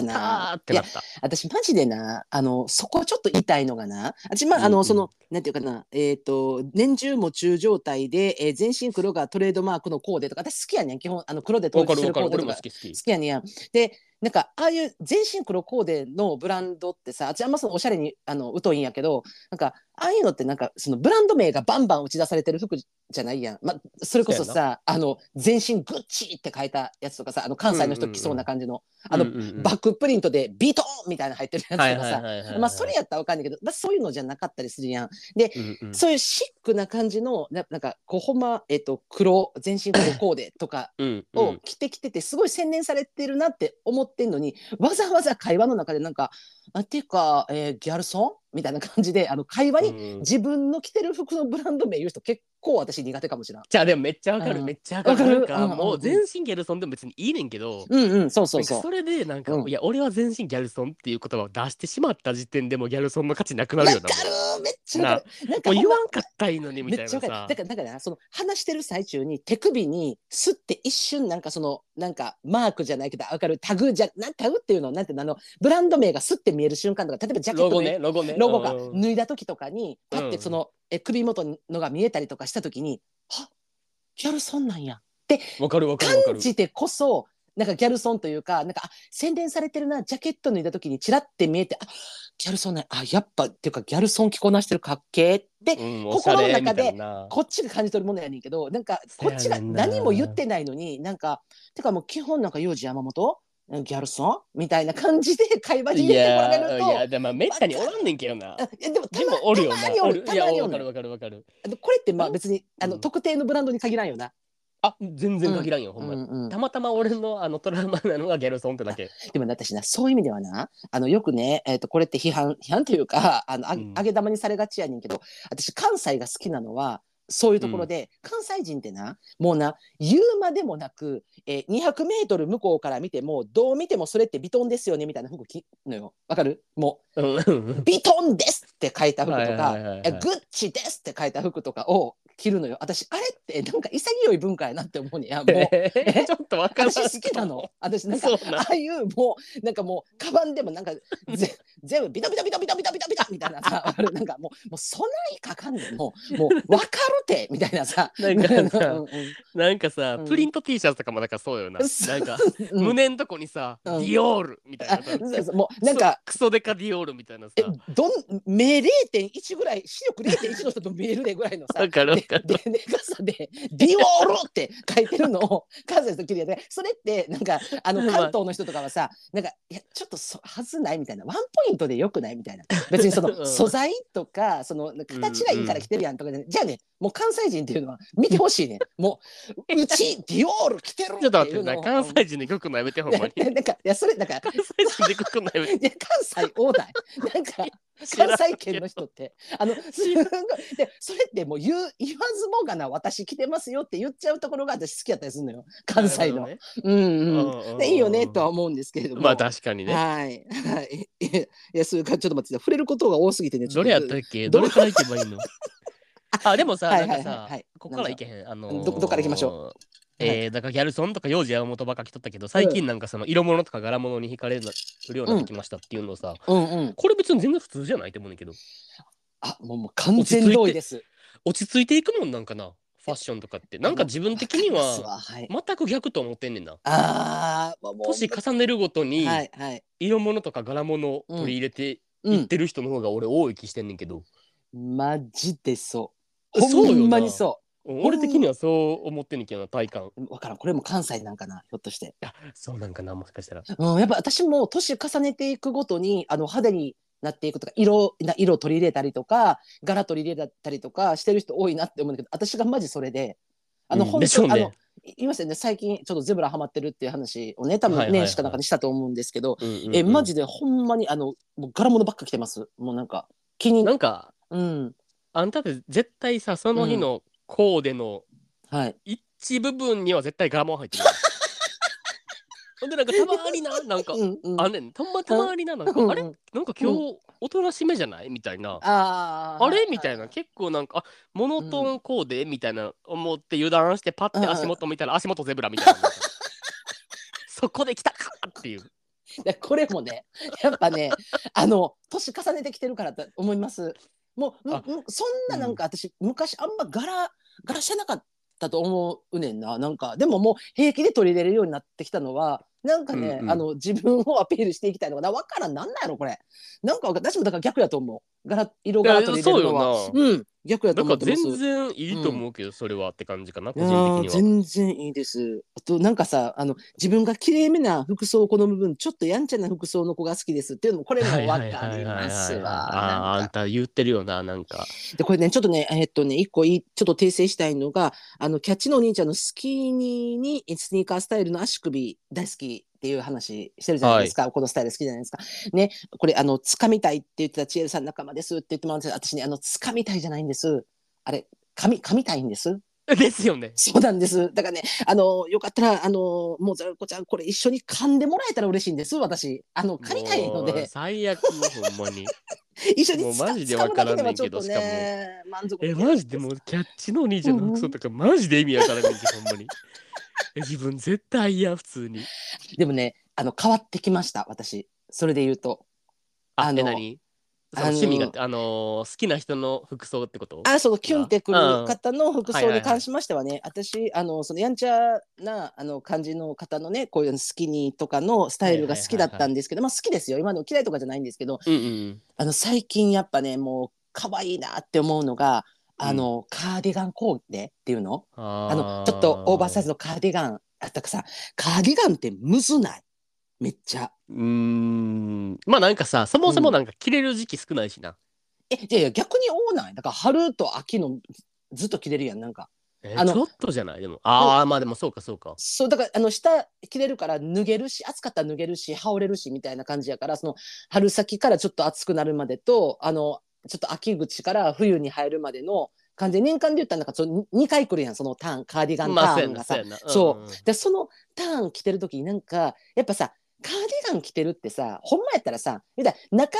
痛ー
な
ってなった
私、マジでな、あの、そこちょっと痛いのがな、私、ま
うん
あ、あ
う
の、
ん
その、なんていうかな、えっ、と、年中も中状態で、えー全身黒がトレードマークのコーデとか、私好きやねん、基本、あの、黒で統
わか
一し
る
て
わ
る
か
コ
る
ーデ
俺も好
とか。好
き好き
きやねんやん。で、なんか、ああいう全身黒コーデのブランドってさ、私、あんまそのおしゃれに、あの、疎いんやけど、なんか、ああいうのって、なんか、そのブランド名がバンバン打ち出されてる服じゃないやん。まあ、それこそ
そう
さ、あの、全身グッチって書いたやつとかさ、あの、関西の人着そうな感じの、あの、
うんうんうん
バックプリントでビートーンみたいなの入ってるやつとかさ、
はいはいはいはいはい
まあそれやったらわかんないけど、まあ、そういうのじゃなかったりするやん。で、
うんうん
そういうシックな感じのななんかこうほんま、えっと黒全身黒コーデとか
うんう
を
ん
着てきててすごい洗練されてるなって思ってんのに、わざわざ会話の中でなんか「あていうか、えーギャルソン?」みたいな感じであの会話に
うん
自分の着てる服のブランド名言う人結構私苦手かもしれん。
じゃあでもめっちゃわかる
うん
めっちゃわかるなん
わかる
か
うんうん
もう全身ギャルソンでも別にいいねんけど
うんうんそうそうそ
な
う
んか。それでなんか、
うん
いや俺は全身ギャルソンっていう言葉を出してしまった時点でもうギャルソンの価値なくな
わ
る
か
よ
る
な
めっちゃわかる。なん
も
か
う
ほん
言
ま
わんかったらいいのにみたいな
めっちゃわ
さ
かるだからだからなその話してる最中に手首にすって一瞬なんかそのなんかマークじゃないけどわかるタグじゃなんタグっていうのなんていうのあのブランド名がすって見える瞬間とか例えばジャケッ
ロ
ト
ゴ
の
ねロゴね
ロゴが
うん
脱いだ時とかにパってその、え首元のが見えたりとかした時に「はギャルソンなんや
わかるわ」かるわか
感
る
じてこそなんかギャルソンというかなんかあ洗練されてるなジャケット脱いだ時にチラって見えて「あギャルソンなんやあやっぱ」っていうかギャルソン着こなしてるかっけーって
うんおしゃ
心の
れ
中
みた
で
いな
こっちが感じ取るものやねんけどなんか
せ
こ
やねんな
っちが何も言ってないのになんかてかもう基本なんか幼児山本ギャルソンみたいな感じで会話に入れてこられる
いや
と
でもめったにおらんねんけどな
あいやでもた
で
ま
もおるよな
たまにおる
いや
たまにお
わか
る
るわかるわかる
あのこれってまあ別にあ
う
の
ん
特定のブランドに限らんよな。
あ全然限らんよ、ほんまに、
うんうん
たまたま俺のあのトラウマなのがギャルソンってだけ
でもね私なそういう意味ではなあのよくね、えー、とこれって批判 批判というかあのあ、
うん
上げ玉にされがちやねんけど私関西が好きなのはそういうところで、関西人ってなもうな言うまでもなく、えー、200メートル向こうから見てもどう見てもそれってビトンですよねみたいな服着んのよわかるも
うん
うビトンですって書いた服とか、
はいはいはいはい
えグッチですって書いた服とかを着るのよ私あれってなんか潔い文化やなって思うねん やもう
えーちょっとわからん
私好きなの私なんか
そうな
ああいうもうなんかもうカバンでもなんかぜ全部ビタビタビタビタビタビタビタみたいなさあるなんかもうもう備えかかんねんもうもう分かるてみたいなさ
なんかなんか
うんうん
なんかさ、
うん
プリント T シャツとかもなんかそうよななんか
うん
胸のとこにさ、
うん
ディオールみたい
あ
なさ
そうそうもうなんか
クソクソデカディオールみたいなさ
えどん目0.1ぐらい視力0.1の人と見えるでぐらいのさ
わかるわかる
でででか さで「ディオール」って書いてるのを関西の時にやってそれってなんかあの
まあ
関東の人とかはさなんかいやちょっとそはずないみたいなワンポイントでよくないみたいな別にそ
う
の
ん
素材とかその形がいいから着てるやんとかじゃないじゃあねもう関西人っていうのは見てほしいねも ううちディオール着てる
ちょっと
って
待っ
い
て
うの
な
を
関西人で曲のやめてほんまに
なんかいやそれ なんか
関西人で曲のやめて
いや関西多ないなんか
知らん
関西圏の人って あのすごいでそれってもう言う言わずもがな私来てますよって言っちゃうところが私好きやったりするのよ関西の、
なる
うんうん
ほどね
でいいよねとは思うんですけれども
まあ確かにね
はいはいいやいやそれからちょっと待って触れることが多すぎてねちょ
ど
と
れやったっけ
ど
どれから行けばいい のあでもさ
は
ないんか
はいはい
さ
はい
ここから行けへんあのー
どどっから行きましょう
えーだからギャルソンとか幼児山本ばっか来とったけど最近なんかその色物とか柄物に惹かれるようになってきましたっていうのをさ
うんうん
これ別に全然普通じゃないと思うねんだけど
あもうもう完全同意です
落ち着いていくもんなんかなファッションとかってなんか自分的に
わかります
は
わはい
全く逆と思ってんねんな
ああもう
年重ねるごとに
はいはい
色物とか柄物を取り入れて
う
いっ
ん
てる人の方が俺多い気してんねんけど
マジでそう
そうよ
ほ
なん
まにそう
俺的にはそう思ってんねんけどな体感
わからんこれも関西なんかなひょっとして、
あそうなんかなもしかしたら
うん、やっぱ私も年重ねていくごとにあの派手になっていくとか色な色を取り入れたりとか柄取り入れたりとかしてる人多いなって思うんだけど私がマジそれであの、
うん
本
でしょう
当に、
ね
あのい言いましたよね最近ちょっとゼブラハマってるっていう話をね多
はい
分
はいはい
年始かなんかにしたと 思うんですけど、
え
えマジでほんまにあのもう柄物ばっか着てますもうなんか気に
なんか
うん
あんたって絶対さその日のコーデの
はい
一部分には絶対柄物 入ってるやんほんでなんかたまにななんか
うんうん
あんねんたまたまにななんかあれ
うんうん
なんか今日おとなしめじゃないみたいな
あー
あれみたいな結構なんかあモノトーンコーデみたいな思って油断してパッて足元見たら足元ゼブラみたいなそこで来たかっていう
いやこれもねやっぱねあの年重ねてきてるからと思いますもうむ
あ
むそんななんか私、昔あんま柄柄してなかったと思うねんななんかでももう平気で取り入れるようになってきたのはなんかね、
うんうん
あの自分をアピールしていきたいのかなわからんなんなんやろこれなんかわか私もだから逆やと思う柄色柄取り入
そ
れ
う
るのは
よ
うん逆や
な
と
なん
思
か
ってます
全然いいと思うけどそれはって感じかな個
いやー
人的には
全然いいです。あとなんかさあの自分がきれいめな服装を好む分ちょっとやんちゃな服装の子が好きですっていうのもこれも
はい
分か
はいはい
り
はいはい
ます
あ
わ
ーあ
なん
ん
か。
た言ってるよななんか
でこれねちょっとねえっとね一個いいちょっと訂正したいのがあのキャッチのお兄ちゃんのスキニーにスニーカースタイルの足首大好きっていう話してるじゃないですか、このスタイル好きじゃないですか。ねこれあの掴みたいって言ってた千恵さん仲間ですって言ってもらうんですけど私ねあの掴みたいじゃないんですあれ噛み噛みたいんです。
ですよね
そうなんです。だからね、あの、よかったら、あの、もう、ざるこちゃん、これ一緒に噛んでもらえたら嬉しいんです、私。あの、噛みたいの
もう
で、
最悪もうほんまに
一緒に
もう
つか
マジで
掴むだ
わからんねん
ちょ
け
っと
ど
ね、満足
え
できない
マジでもうキャッチのお兄ちゃんの服装とかマジで意味わからないんですよほんまにえ自分絶対嫌普通に
でもね、あの、変わってきました、私。それで言うと。
あ
あ
え
の
何その
あの
趣味がってあのー好きな人の服装ってこと
あそのキュンってくる
うん
方の服
はいはい
装
はい
に関しましてはね、私あのそのやんちゃなあの感じの方のねこういうスキニーとかのスタイルが好きだったんですけど、まあ好きですよ今の嫌いとかじゃないんですけど
うんうん
あの最近やっぱねもう可愛いなって思うのがあの、カーディガンコーデっていうの
あ
あのちょっとオーバーサイ
ズ
ズのカーディガンあったかさカーディガンってむずないめっちゃ。
うーんまあなんかさそもそもなんか着れる時期少ないしな、
えいやいや逆に多ないだから春と秋のずっと着れるやんなんか
え
あの
ちょっとじゃないでもああまあでもそうかそうか
そうだからあの下着れるから脱げるし暑かったら脱げるし羽織れるしみたいな感じやからその春先からちょっと暑くなるまでとあのちょっと秋口から冬に入るまでの感じで年間で言ったらなんかその2回来るやんそのターンカーディガンタ
まあそう
ー
や
ンが
な
さ
そうやな
そうん
んん
でそのターン着てる時になんかやっぱさカーディガン着てるってさほんまやったらさ言うたら中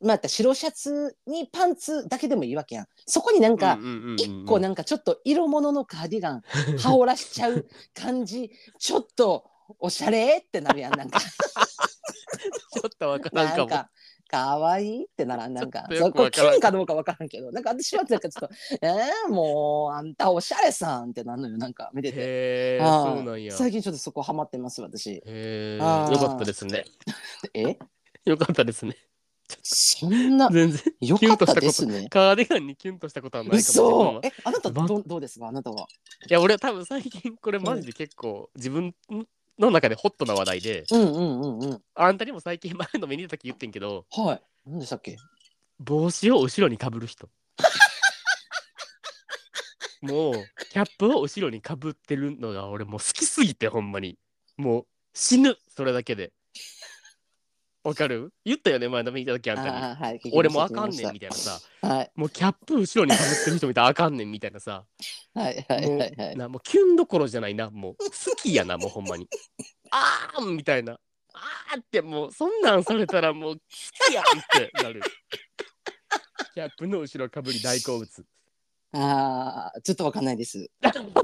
まあ、やったら白シャツにパンツだけでもいいわけやんそこになんか一個
ね
なんかちょっと色物のカーデ ィガン羽織らしちゃう感じちょっとおしゃれってなるや んなんか
ちょっとわからん
な
か
ん
も
かかわいいってならんなんか
ちょっと
そ
よ
う
く
こ
わ
れ
か
キ
らん
ュンかどうかわからんけどなんか私はなんかちょっと「 えー、もうあんたおしゃれさん」ってなるのよなんか見てて。
へえ
あ
そ
ー
うなんや
最近ちょっとそこハマってます私。
へえ
あー
よかったですね
え
よかったですね
そんな
全然
良
キュン
かっ
としたたこと
ですね。
カーディガンにキュンとしたことはないかもしれない
嘘えあなた
ま
どどうですかあなたは。
いや俺は多分最近これマジで結構自分の中でホットな話題で
うんうんうんうん。
あんたにも最近前の目に出た時言ってんけど
はい。何でしたっけ
帽子を後ろにかぶる 人もうキャップを後ろにかぶってるのが俺もう好きすぎてほんまにもう死ぬそれだけでわかる言ったよね前の目に出た時あんたに
あーはい。聞きました
俺もあかんねん
聞
み
き
たいなさ
ましたはい
もうキャップ後ろにかぶってる人見たらあかんねんみたいなさ
はいはい
もう
はいはい。
なもうキュンどころじゃないなもう好きやなもうほんまにあーんみたいなあーってもうそんなんされたらもう好きやんってなるキャップの後ろかぶり大好物
ああちょっとわかんないです。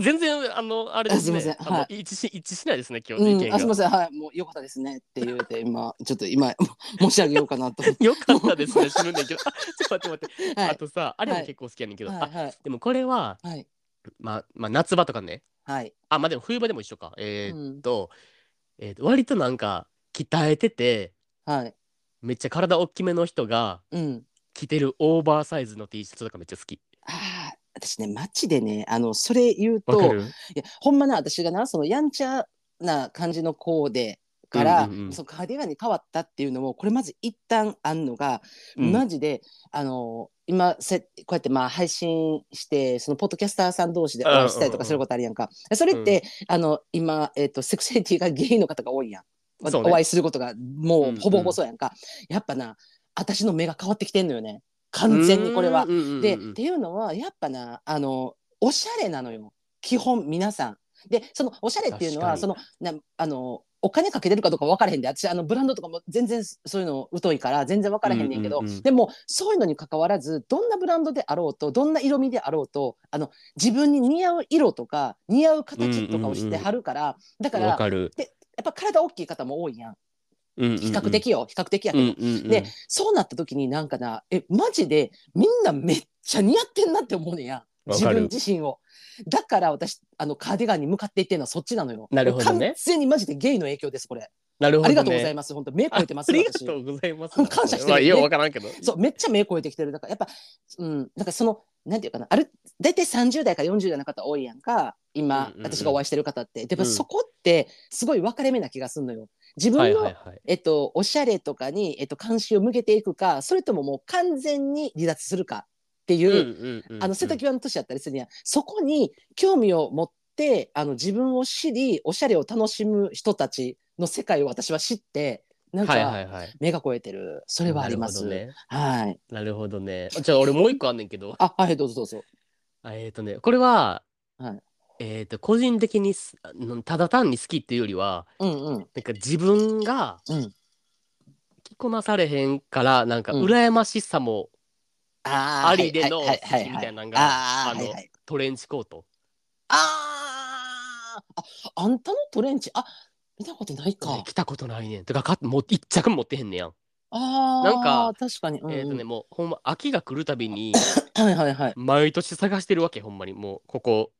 全然あのあれですね
あすいません
あの
は
一致し一致しないですね今日
う
の意見
ん。
が、
あすみませんはいもう良かったですねって言うて 今ちょっと今申し上げようかなと思っ
よかったですね死ぬんだけどあ ちょっと待って待って、
て。は
あ
い
とさあれも結構好きやねんけど、
は
あ
いはい
でもこれは、
はい
まあ、まあ夏場とかね
はい。
あまあでも冬場でも一緒かえ
う
ーっ
ん
と、えーっと割となんか鍛えてて
はい。
めっちゃ体大きめの人が
うん。
着てるオーバーサイズの T シャツとかめっちゃ好き。
ああ私ね街でねあのそれ言う
わ
と。
かる
いやほんまな私がなそのやんちゃな感じの子でから、
うんうんうん
そのカーディガンに変わったっていうのもこれまず一旦あんのが、
うん
マジであの今せこうやってまあ配信してそのポッドキャスターさん同士でお会いしたりとかすることあるやんか、それって、あの今、えっとセクシュアリティがゲイの方が多いやん、わ
そうね
お会いすることがも
うん
うほぼほぼそうやんか、やっぱな私の目が変わってきてんのよね完全にこれは。
うんうんうんうん
で、っていうのはやっぱなあのおしゃれなのよ基本皆さん。でそのおしゃれっていうのは
確
そのなあのお金かけてるかどうか分からへんで私あのブランドとかも全然そういうの疎いから全然分からへんねんけど、
うんうんうん
でもそういうのに関わらずどんなブランドであろうとどんな色味であろうとあの自分に似合う色とか似合う形とかをしてはるから、だから
わ
やっ
かる。
ぱ体大きい方も多いやん
比
比較的よ比較的や
や
けど、
で
で、そうなった時になんかなえマジでみんなめっちゃ似合ってんなって思うねんや
わ
自
かる
分自身をだから私あのカーディガンに向かっていってるのはそっちなのよ
なるほどね
完全にマジでゲイの影響ですこれ、
なるほどね。
ありがとうござい
ま
ます本当目超えてます
ありが
私
とうございます。
感謝してる
まあようわからんけど。
そうめっちゃ目超えてきてるだからやっぱうんだからそのなんていうかなある大体30代から40代の方多いやんか今、
うんうんうん
私がお会いしてる方ってでも
うん
そこってすごい分かれ目な気がするのよ自分の、
はいはいはい。
えっと、おしゃれとかに、えっと、関心を向けていくかそれとももう完全に離脱するかっていう、あの瀬戸
き
際の年だったりするにはそこに興味を持ってあの自分を知りおしゃれを楽しむ人たちの世界を私は知ってなん
はいは
か
いはい。
目が超えてるそれはあります。
なるほどね。
はい、
なるほどね。じゃあ俺もう一個あんねんけど。
あはいどうぞどうぞ。
あえっとねこれは
はい
えっと個人的にすあのただ単に好きっていうよりは
うんう
な
ん
んか自分が
うん。
着こなされへんからなんか
うん
羨ましさも
あー
ありでの
はいはいはい
みたいなのが
あー
あの
はいはい
トレンチコート。
あーああんたのトレンチあ見たことないか。
来たことないねん。とかかもう一着持ってへんねやん。
あー
なんか
確かに。うんうん
えっ、とねもうほんま秋が来るたび に
はいはいはい。
毎年探してるわけほんまにもうここ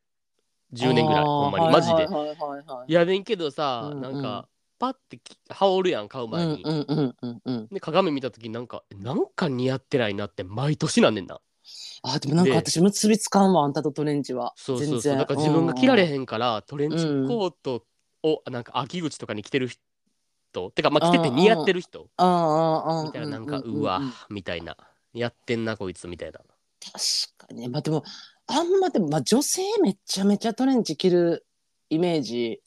10年ぐらい
あー
ほんまに
はい
マジ
は
で。
いはいはいはい
いやねんけどさ、
うんうん
なんかパッてき羽織るやん買う前に。
うんうんうんうんうん。
で鏡見た時なんかなんか似合ってないなって毎年なんねんな。
あでもなん
で
か私結びつかんわあんたとトレンチは。
そうそう
全
そう。
然
だから自分が着られ
うん。
へんからトレンチコートをなんか秋口とかに着てる人てかまあ着てて似合ってる人
ああああ。
みたいななんか
う
うわみたいなやってんなこいつみたいな。
確かにまあでもあんまでもまあ女性めちゃめちゃトレンチ着るイメージ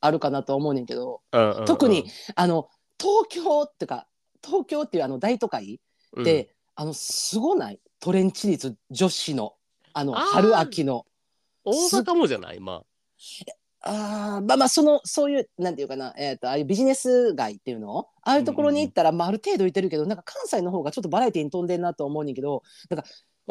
あるかなとは思うねんけど、
うんうんうん
特にあの東京っていうか東京っていうあの大都会って、あのすごないトレンチ率女子のあの
あー
春秋
うん
の。
大阪もじゃないまあ
ああまあまあそのそういうなんていうかな、えー、とああいうビジネス街っていうのああいうところに行ったら、まあ、ある程度いてるけどなんか関西の方がちょっとバラエティに飛んでんなと思うねんけど
あ、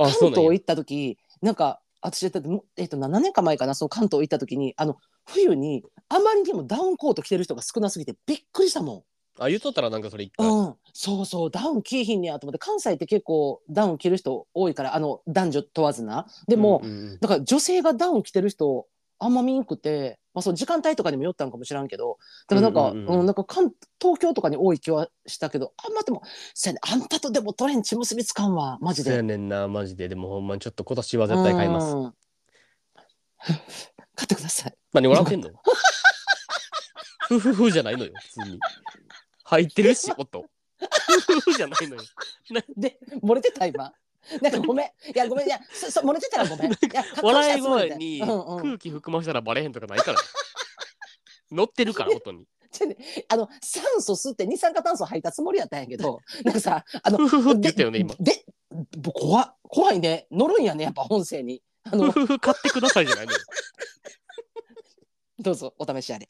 関
そう
東
なんや。
行った時なんか私だってもう、えー、と7年か前かなその関東行った時にあの冬にあまりにもダウンコート着てる人が少なすぎてびっくりしたもん。
あ、言っとったらなんかそれ一回。
うん、そうそうダウン着いひんねやと思って関西って結構ダウン着る人多いからあの男女問わずなでも、
うんうん
だから女性がダウン着てる人あんま見んくて、まあ、そう時間帯とかにもよったんかもしらんけどだからなんか,、う
うんんうんうん
なんか関東京とかに多い気はしたけどあんまでもせやねあんたとでもトレンチ結びつかんわマジ
そうや
で。
ねんな、マジで。でもほんまにちょっと今年は絶対買います。
うん 買ってください。
何笑ってんのふふふじゃないのよ、普通に。入ってるし、音。ふふふじゃないのよ。
で漏れてた今。 なんかごめんいやごめんいやそそ漏れてたらごめん。い や加工した
笑い
つもり
声
で
に
うんうん
空気含ませたらバレへんとかない から。乗ってるから、 音に。
ちょっとねあの酸素吸って二酸化炭素吐いたつもりやったんやけどなんかさあの
ふふふって言ったよ ね、今。
でで怖っ怖いね乗るんやねやっぱ本性にあ
ふ
の
ふふ買ってくださいじゃないのよ。
どうぞお試しあれ
ち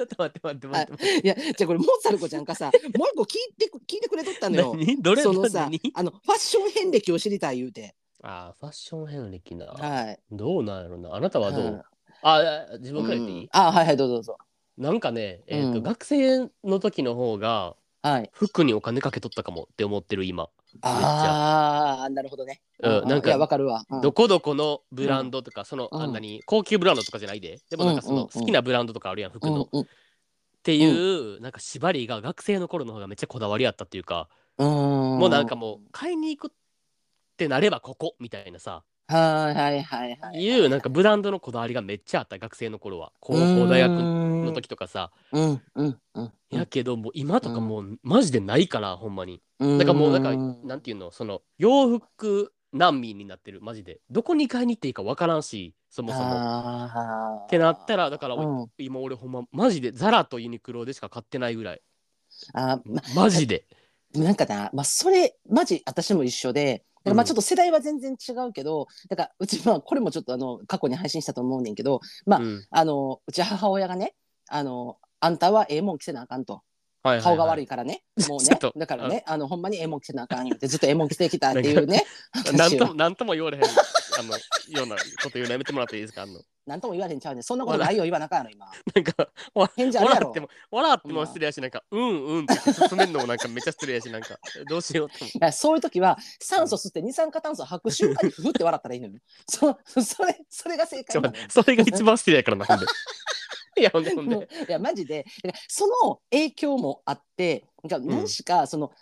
ょっと待って待って待って待って。
いやじゃあこれモーツァルコちゃ んがさもう一個聞いてく聞いてくれとったのよ
何どれ
そのさ
何
あのファッション遍歴を知りたい言うて
あーファッション遍歴な。
はい
どうなんやろな。あなたはど
は
うあ、自分から言っていい、
うんあはいはいどうぞどうぞ
なんかね、えーと
うん
学生の時の方が
はい
服にお金かけとったかもって思ってる今。
ああなるほどね
うんなんか
いやわかるわうん
どこどこのブランドとか、その、
うん
あんなに高級ブランドとかじゃないで。でもなんかそ
うんうんう
の
ん
好きなブランドとかあるやん、服
う
の。
んうん
っていう、なんか縛りが学生の頃の方がめっちゃこだわりあったっていうか、
も
もうなんかもう買いに行くってなればここみたいなさ、
はいはいはいはい
い、うなんかブランドのこだわりがめっちゃあった学生の頃は。高
うー
校
ん
大学の時とかさ。
うんうんうん
やけどもう今とかもうマジでないから、ほんまに。
うん
だからもうなんか、なんていうの、その洋服難民になってる、マジで。どこに買いに行っていいかわからんし、そもそも。
あー
ってなったら、だから、
うん、
今俺ほんま、マジでザラとユニクロでしか買ってないぐらい。
あーま
マジで。
なんかな、まあ、それマジ私も一緒でだからまあちょっと世代は全然違うけど、だからうちまあこれもちょっとあの過去に配信したと思うねんけどまあ
うん
あのうち母親がねあのあんたはええもん着せなあかんと
はいはいはい
顔が悪いか らね、もう
ちょ
ね
っと
だからねあのほんまにええもん着せなあかんよってずっとええもん着てきたっていうね
な
話
ん
を
とも、なんとも言われへん、あの、ようなこと言うのやめてもらっていいですかあの、
なんとも言われへんちゃうねんそんなことないよ言わなあかんやろ今
なんか、
返事ある
笑
やろ
っても、笑っても失礼やし、なんか、うんうんって進めるのもなんかめっちゃ失礼やし、なんか、 どうしようって思う。
だからそういう時は酸素吸って二酸化炭素吐く瞬間にふふって笑ったらいいのよ。そそれそれが正
ちょ
解
っ
な
と待っ。て
のよ
それが一番失礼やからな、ほんで。いや、ほんで、ほん
もう
で。
いやマジでだからその影響もあってなんか何しかその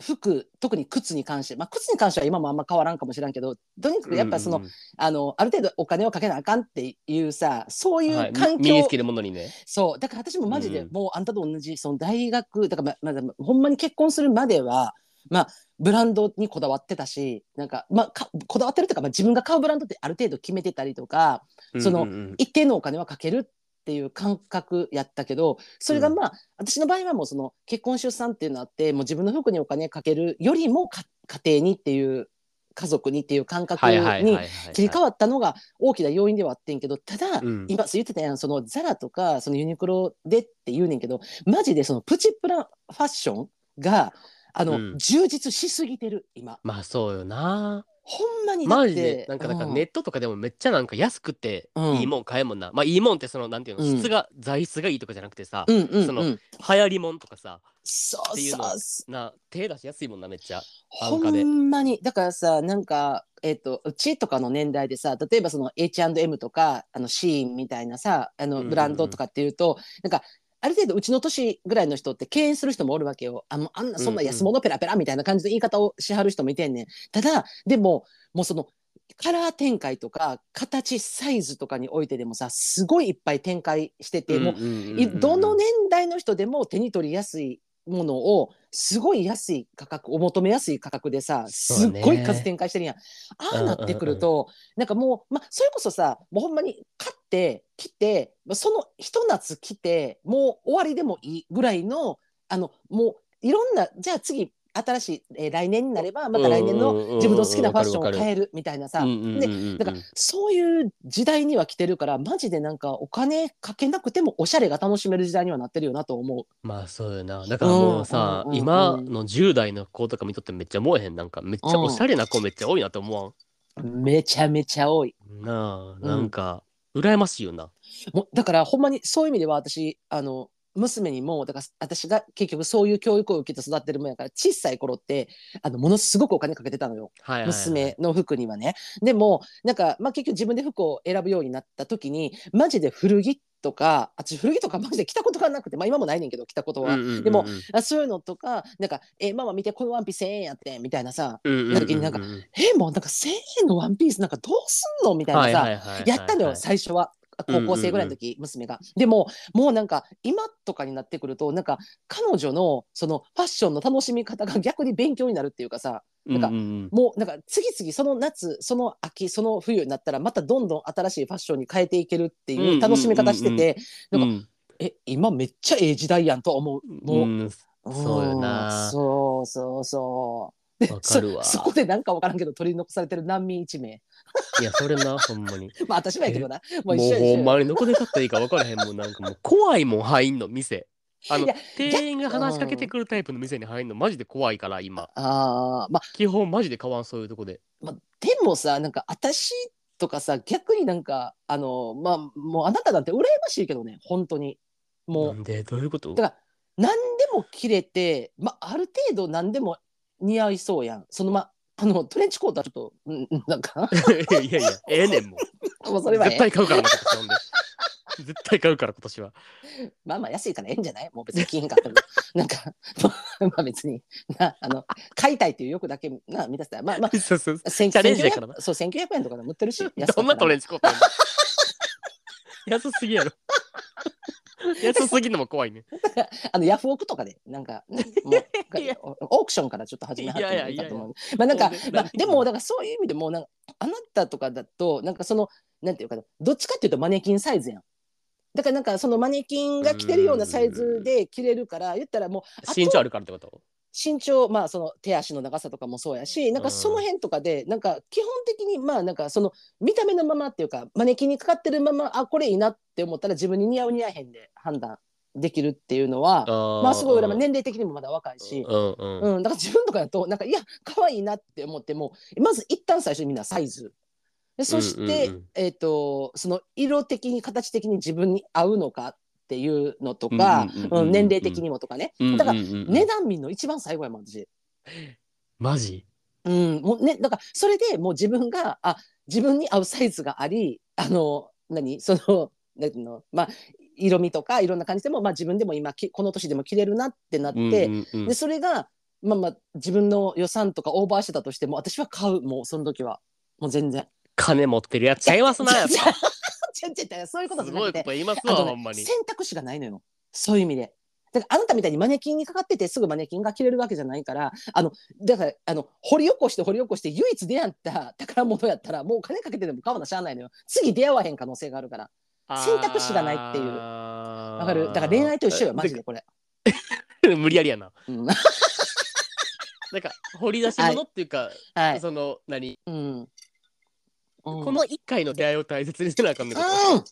服特に靴に関して、まあ、靴に関しては今もあんま変わらんかもしれんけどとにかくやっぱその、
うんうん
あのある程度お金をかけなあかんっていうさそうい
は
う
い
環
身
境、
につけるものにね。
そうだから私もマジで
うん
もうあんたと同じその大学だからままだほんまに結婚するまではまあブランドにこだわってたしなんかまあかこだわってるというか、まあ、自分が買うブランドってある程度決めてたりとかその
うんうんうん
一定のお金はかけるっていう感覚やったけどそれが
うん
まあ、私の場合はもうその結婚出産っていうのあってもう自分の服にお金かけるよりもか家庭にっていう家族にっていう感覚
はいはいはい
に
はい
切り替わったのが大きな要因ではあってんけどただ、
うん
今そう言ってたやんそのザラとかそのユニクロでって言うねんけどマジでそのプチプラファッションがあの、
うん
充実しすぎてる今
まあそうよな。
ほんまにだって
マジでなんかなんかネットとかでもめっちゃなんか安くて
うん
いいもん買えもんな。まあいいもんってそのなんていうの
うん
質が材質がいいとかじゃなくてさ
うん、うんうんうん、
その流行りもんとかさ
そう
っていうの
そう
な手出しやすいもんなめっちゃ。
ほんまにだからさなんかえっ、とうちとかの年代でさ例えばその H&M とかあのシーンみたいなさあ
うん
の
うんうん
ブランドとかっていうと、なんかある程度うちの年ぐらいの人って敬遠する人もおるわけよあもうあんなそんな安物ペラペラみたいな感じの言い方をしはる人もいてんねんただでももうそのカラー展開とか形サイズとかにおいてでもさすごいいっぱい展開してて、もういどの年代の人でも手に取りやすいものをすごい安い価格お求めやすい価格でさす
そ
っ
うね
ごい数展開してるやん、ああなってくると、なんかもう、まあ、それこそさもうほんまに買って来てまあそのひと夏来てもう終わりでもいいぐらいのあのもういろんなじゃあ次新しい、えー来年になればまた来年の自分の好きなファッションを変えるみたいなさ、ねだからそういう時代には来てるからマジでなんかお金かけなくてもおしゃれが楽しめる時代にはなってるよなと思
まあそうよなだからもうさ、
うんうんうん
今の10代の子とか見とってめっちゃ思えへんなんかめっちゃおしゃれな子めっちゃ多いなと思
うめちゃめちゃ多い
わんなあ
ん
なんか、羨ましいよな
もうだからほんまにそういう意味では私あの娘にもだから私が結局そういう教育を受けて育ってるもんやから小さい頃ってあのものすごくお金かけてたのよ
はいはいはい
娘の服にはね。でもなんか、まあ、結局自分で服を選ぶようになった時にマジで古着とか私古着とかマジで着たことがなくて、まあ、今もないねんけど着たことは。
うんうんうんうん
でもあそういうのとかなんか「えママ見てこのワンピ1,000円やって」みたいなさ
うんうんうんうん
な時になんか「えもうなんか1,000円のワンピースなんかどうすんの?」みたいなさ、
はいはいはいはいはい
やったのよ最初
うん
は
う
高
んうん
校生ぐらいの時、娘がでももうなんか今とかになってくるとなんか彼女のそのファッションの楽しみ方が逆に勉強になるっていうかさなんか
うんうん
もうなんか次々その夏その秋その冬になったらまたどんどん新しいファッションに変えていけるって
うんうんうんうん
いう楽しみ方してて、
う
なん
ん
え今めっちゃええ時代やんとは思うもう、
うんそうよな
うんそうそうそう
わかるわ
そそこでなんかわからんけど取り残されてる難民一名
いやそれなほんまに
まあ私もやけどな
も
も
う
う一緒
ほ
一
ん
緒
まにどこで買ったらいいか分からへんもんなんかもう怖いもん入んの店あの
いや
店員が話しかけてくるタイプの店に入んのマジで怖いから今
あーまあ
基本マジで買わんそういうとこで
まあ、でもさなんか私とかさ逆になんかあのまあもうあなたなんて羨ましいけどね本当にもう、
なんでどういうこと
だから何でも着れて、まあ、ある程度何でも似合いそうやんそのまあのトレンチコートはちょっとうんうんなん か
いやいや、ええねんもう。
もうそれは、
絶
ね、
対買うからな、今年ほんで。絶対買うから、今年は。
まあまあ安いからええんじゃないもう別に着へん かったらなんかまあまあ別になあの買いたいっていう欲だけな満たしたらまあまあ
そうそう。
千
チャレンジだからな
1900そう1900円とかでも売っ てるし安
どんなトレ
ン
ンチコートやねん安すぎやろ。安すぎんのも怖いね。
あのヤフオクとかでなんかねも う
いや
オークションからちょっと始めはってもいいかと思うまあなんか
ほんで
まあ、
何
でもだからそういう意味でもなんかあなたとかだとなんかそのなんていうかなどっちかっていうとマネキンサイズやん。だからなんかそのマネキンが着てるようなサイズで着れるから言ったらもうあと
身長あるからってこと
身長まあその手足の長さとかもそうやしなんかその辺とかでなんか基本的にまあなんかその見た目のままっていうかマネキンにかかってるままあこれいいなって思ったら自分に似合う似合えへんで判断できるっていうのは
あ
まあすごい俺も
も
年齢的にもまだ若いし、
うんうんうん。
うん、だから自分とかだとなんかいや可愛いなって思ってもまず一旦最初にみんなサイズでそして、
うんうんうん
えっ、とその色的に形的に自分に合うのかっていうのと
う
か、
んうんうんうんうん
うん年齢的にもとかね、
うん
だから、
うんうんうん
値段見んの一番最後やもん私、
マジ
うんもうね、だからそれでもう自分があ自分に合うサイズがありあの何そのなんていうのまあ色味とかいろんな感じでも、まあ、自分でも今きこの年でも着れるなってなって、
うんうんうん
でそれがまあまあ自分の予算とかオーバーしてたとしても私は買うもうその時はもう全然。
金持ってるやつちゃいます な、やっぱ。
違う違う違うそういうことじ
す
ゃな
ごいこ
くて
と言います
あ
わ、
と
ほん
ね
まに。
選択肢がないのよそういう意味で。だからあなたみたいにマネキンにかかっててすぐマネキンが着れるわけじゃないからあのだからあの掘り起こして掘り起こして唯一出会った宝物やったらもうお金かけてでも買わなしゃあないのよ次出会わへん可能性があるから選択肢がないっていうわ
わ
かるだから恋愛と一緒よマジでこれ、
無理やりやな。
うん、
なんか掘り出し物っていうか、
はい、
その何、
うん、こ
この一回の出会いを大切にせなあかんねんこと
うん、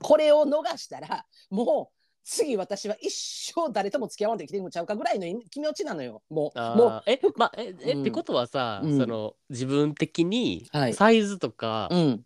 これを逃したらもう次私は一生誰とも付き合わんと生きてんのちゃうかぐらいの気持ちなのよもう
あー
も
えまあええ、
うん
ってことはさ、
うん
その自分的に
はい
サイズとか
う、うん、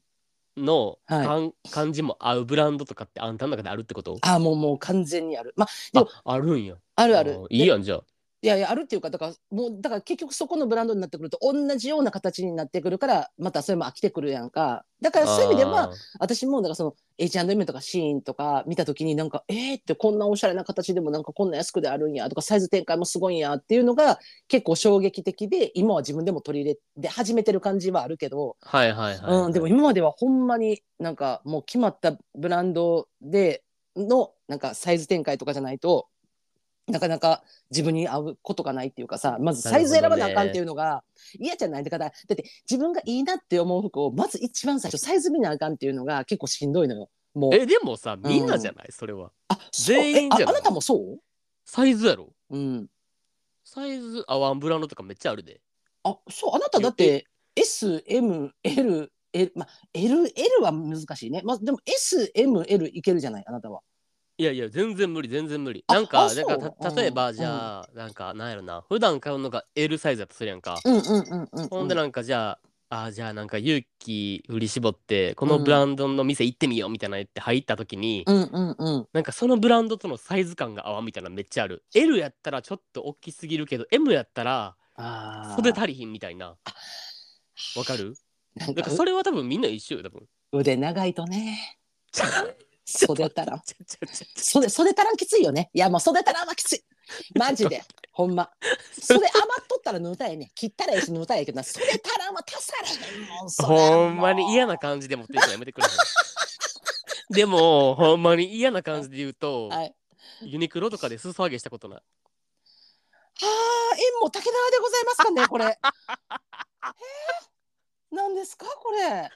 の
はい
かん感じも合うブランドとかってあんたの中であるってこと
あーもうもう完全にあるまあで
あ
も
あるんや
あ
あ
るある
ーいいやんじゃあ
いやいやあるっていうかだからもうだから結局そこのブランドになってくると同じような形になってくるからまたそれも飽きてくるやんかだからそういう意味では
あー
私もなんかその H&M とかシーンとか見た時になんかえー、ってこんなおしゃれな形でもなんかこんな安くであるんやとかサイズ展開もすごいんやっていうのが結構衝撃的で今は自分でも取り入れて始めてる感じはあるけど、
はいはいはい、
うん、でも今まではほんまになんかもう決まったブランドでのなんかサイズ展開とかじゃないとなかなか自分に合うことがないっていうかさまずサイズ選ばなあかんっていうのが嫌じゃないって方だって自分がいいなって思う服をまず一番最初サイズ見なあかんっていうのが結構しんどいのよ。もう
えでもさみんなじゃない、それは
あそう
全員
えあ
じゃない
あなたもそ
サイズやろ
う、うん、
サイズ合わんブランドとかめっちゃあるで。
あそうあなただって SMLL、L まあ、LL は難しいね、まあ、でも SML いけるじゃないあなたはい
やいや、全然無理、全然無理。
あ
なんか、
あ
だから
そう
た
うん
例えば、じゃあ、なんか、なんやろな、普段買うのが L サイズだとするやんか。
うんうんうんうん、
ほんで、なんか、じゃあ、あじゃあ、なんか、勇気振り絞って、このブランドの店行ってみようみたいなの言って入った時に、
うんうんうん
なんか、そのブランドとのサイズ感が合わんみたいなのめっちゃある。L やったらちょっと大きすぎるけど、M やったら
あー
袖足りひんみたいな。わかる
なん
だ
か
から、それは多分みんな一緒よ、多分。
腕長いとね
ちゃ
袖たらん
ちゃちゃちゃち
袖袖たらんきついよねいやもう袖たらんはきついマジ でほんま袖余っとったら縫うたいね切ったらええし縫うたいけどな袖たらんは足されへんもん
ゃ
袖はもう
ほんまに嫌な感じで持っていくのやめてくれへん。でも、ほんまに嫌な感じで言うと、
はい
ユニクロとかで裾上げしたことない。
はあ、縁も竹縄でございますかね、これ。 えー、なんですか、これ。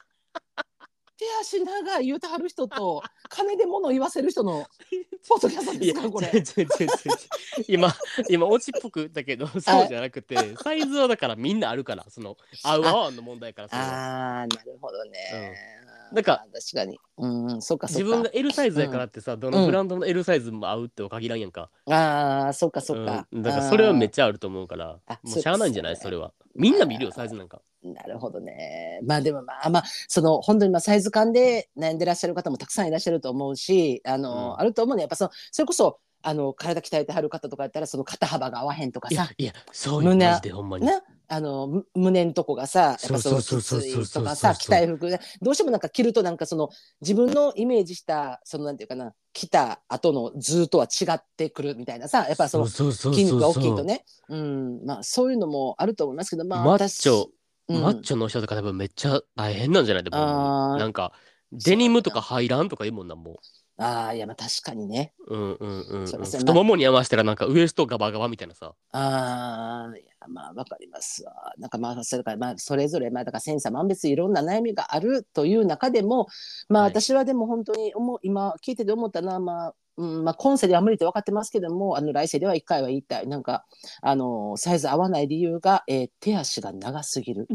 手足長い言うてはる人と、金で物言わせる人の。ポッドキャストですか、こ
違う
れ。
違う違う違う今、今、オチっぽくだけど、そうじゃなくて、サイズはだからみんなあるから、その、合う合わんの問題やからそれは、
ああ、なるほどね。
うんなんか
まあ、確かに。うん、そっか、そ
自
っ
分が
か。
L サイズやからってさ、どのブランドの L サイズも合うっては限らんやんか。
ああ、そっか、そっか。
うんだからそれはめっ
ち
ちゃあると思うから、
あ
もうしゃあないんじゃない
そ
そうれは。みんな見るよ、サイズなんか。
なるほどね。まあでもまあまあその本当にまあサイズ感で悩んでらっしゃる方もたくさんいらっしゃると思うしあの、
うん
あると思うねやっぱそのそれこそあの体鍛えてはる方とかやったらその肩幅が合わへんとか
いや
さ、
いや、そうよ、
胸
マジでほんまに。
なあのむ胸のとこがさやっぱその
そ
き
うそうそうそう
つ
そう
いとかさ
そうそうそう
鍛え服でどうしてもなんか着るとなんかその自分のイメージしたそのなんていうかな着た後の図とは違ってくるみたいなさやっぱその
そうそうそうそう
筋肉が大きいと。ねうんまあそういうのもあると思いますけどまあ
マッチョ
私、うん
マッチョの人とか多分めっちゃ大変なんじゃないでも
あー
なんかデニムとか入らんとかいいもんなも
ああいやまあ確かにね
う。うんうんうん、うん。
そうですね
太ももに合わせたらなんかウエストガバガバみたいなさ。
ああ、いや、まあ、わかりますわ。なんか、まあ、それから、まあ、それぞれ、まあ、だから、千差万別、いろんな悩みがあるという中でも。まあ、
はい
私は、でも、本当に、思う、今、聞いてて思ったな、まあ。うん、まあ、今世では無理と分かってますけども、あの、来世では一回は言いたい、なんか。あの、サイズ合わない理由が、えー手足が長す ぎる。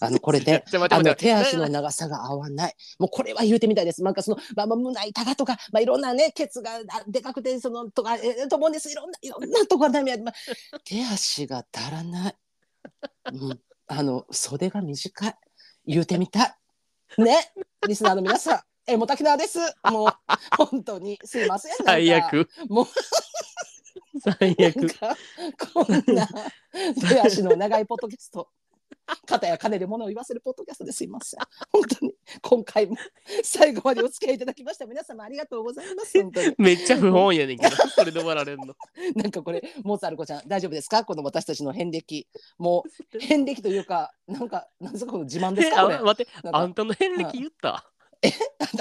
あの、これで。
ちょ。
あ
待
の
って
手
待って
足の長さが合わない。もうこれは言うてみたいです。なんかその、まあ、まあ胸板がとか、まあ、いろんなね、ケツがあでかくて、その、とか、えーと思うんです。いろんな、いろんなとこが悩みある、まあ、手足が足らない。うん、あの、袖が短い。言うてみたい。ね、リスナーの皆さん。えもたきなです。もう、本当に、すいません。なんか
最。悪。
もう
最
なん
悪。
かこんな手足の長いポッドキャ スト肩や金で物を言わせるポッドキャストですいません本当に今回も最後までお付き合いいただきました皆様ありがとうございます本当に
めっちゃ不本意やねんけど、それで終わられんの。
なんかこれモーツァルコちゃん大丈夫ですかこの私たちの遍歴もう遍歴というかなんかなんですかこの自慢です
え、
か
あ
これ
待って、
なんか
あんたの遍歴言った。
あ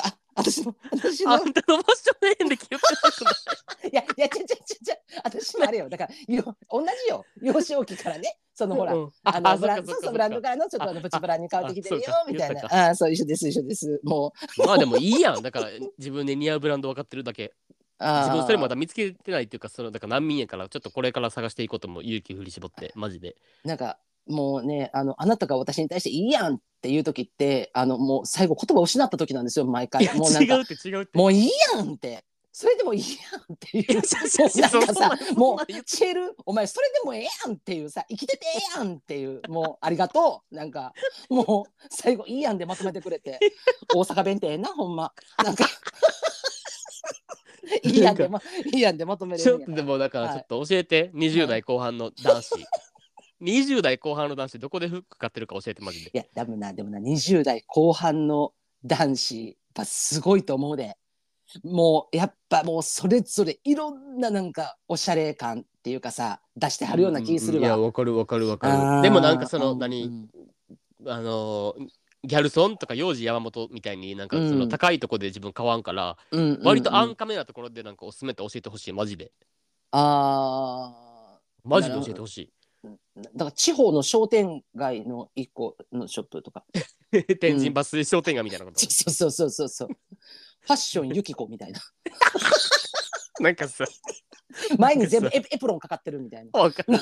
あ私の私
あ
の
んたの場所の遍歴言ってなくない
やいやちゃちゃちゃちゃ私もあれよだからよ同じよ幼少期からねその
い
ほら、
うん
あのブラン
そ
そう
っか
そう
そ
ブ
っか
ランドからのちょっとあの
あ
プチブラに変わってきてるよ
あそうか
みたいな
言う
ああーそう一緒です一緒ですもう
まあでもいいやん。だから自分で似合うブランド分かってるだけ。
あー
自分それまだ見つけてないっていうかそのだから難民やからちょっとこれから探していこうとも勇気振り絞ってマジで
なんかもうねあのあなたが私に対していいやんっていう時ってあのもう最後言葉を失った時なんですよ毎
い
回
や
もうなん
違
か
うって違うって
もういいやんってそれでもいいやんっていう
いや
もうなん
そんな
かさ
そんな
もうシェルお前それでもええやんっていうさ生きててええやんっていうもうありがとうなんかもう最後いいやんでまとめてくれて大阪弁ってええなほんまな んかいいやんでまいいやんでまとめれ
ち
る
ょ
ん
っと
やから
でもだから
は
ちょ
い
っと教えて、20代後半の男子20代後半の男子どこでフック買ってるか教えてマジで
いやでもなでもな20代後半の男子やっぱすごいと思うでもうやっぱもうそれぞれいろんななんかおしゃれ感っていうかさ出してはるような気する
いや
わ。
わかるわかるわか
あー
るでもなんかその
うんう
何
ん
あのーギャルソンとか幼児山本みたいになんかそ
うん
の高いとこで自分買わんから、
うんうんうん
割と安価めなところでなんかおすすめって教えてほしいマジで
あ
マジで教えてほしい
ーだから地方の商店街の一個のショップ とか
天神バス商店街みたいなこと、
そうそうそうそうそうファッションユキコみたいな
なんかさ
前に全部エエプロンかかってるみたいな。
わかるな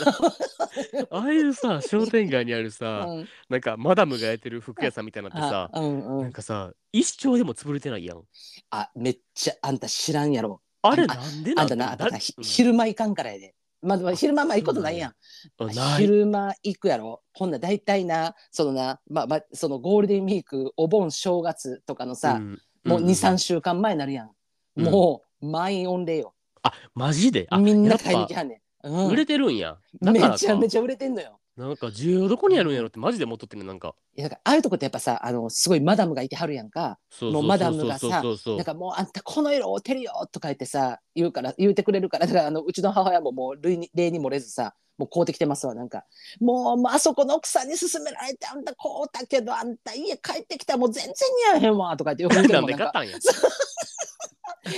ああいうさ商店街にあるさ、
うん
なんかマダムがやってる服屋さんみたいなのって
あ
さ、
うんう
なん
ん、
かさ一生でも潰れてないやん
あめっちゃあんた知らんやろ
あれなんでな
あ
ん
んたなあんたな
だ
ひ
うん
昼間行かんからやで、まあまあ、昼間まあ行くことないやん
あない
昼間行くやろほんなら大体なそのな、まあまあ、そのゴールデンウィークお盆正月とかのさ、
ん
もう
うん
23週間前になるやん、
うん
もう満員御礼よ
あマジであ
みん
や
な
っ
買いに
ぱ
来はんねん、うん
売れてるんやだから
めちゃ
か
めちゃ売れてんのよ
なんか需要どこにあるんやろってマジで持っとってねなんか
いやだからああいうとこってやっぱさあのすごいマダムがいてはるやんか
そうそ
も
うう
マ
そ
ダムが
う
さ
そうそう
なんかもうあんたこの色合うてるよとか言ってさ言うから言うてくれるからだからあのうちの母親ももう類に例に漏れずさもうこうてきてますわなんかもうもうあそこの奥さんに勧められてあんたこうだけどあんた家帰ってきたらもう全然似合えへんわとか言ってよく言うて
な
る
ん
もん
で
なん
買った
か
ん や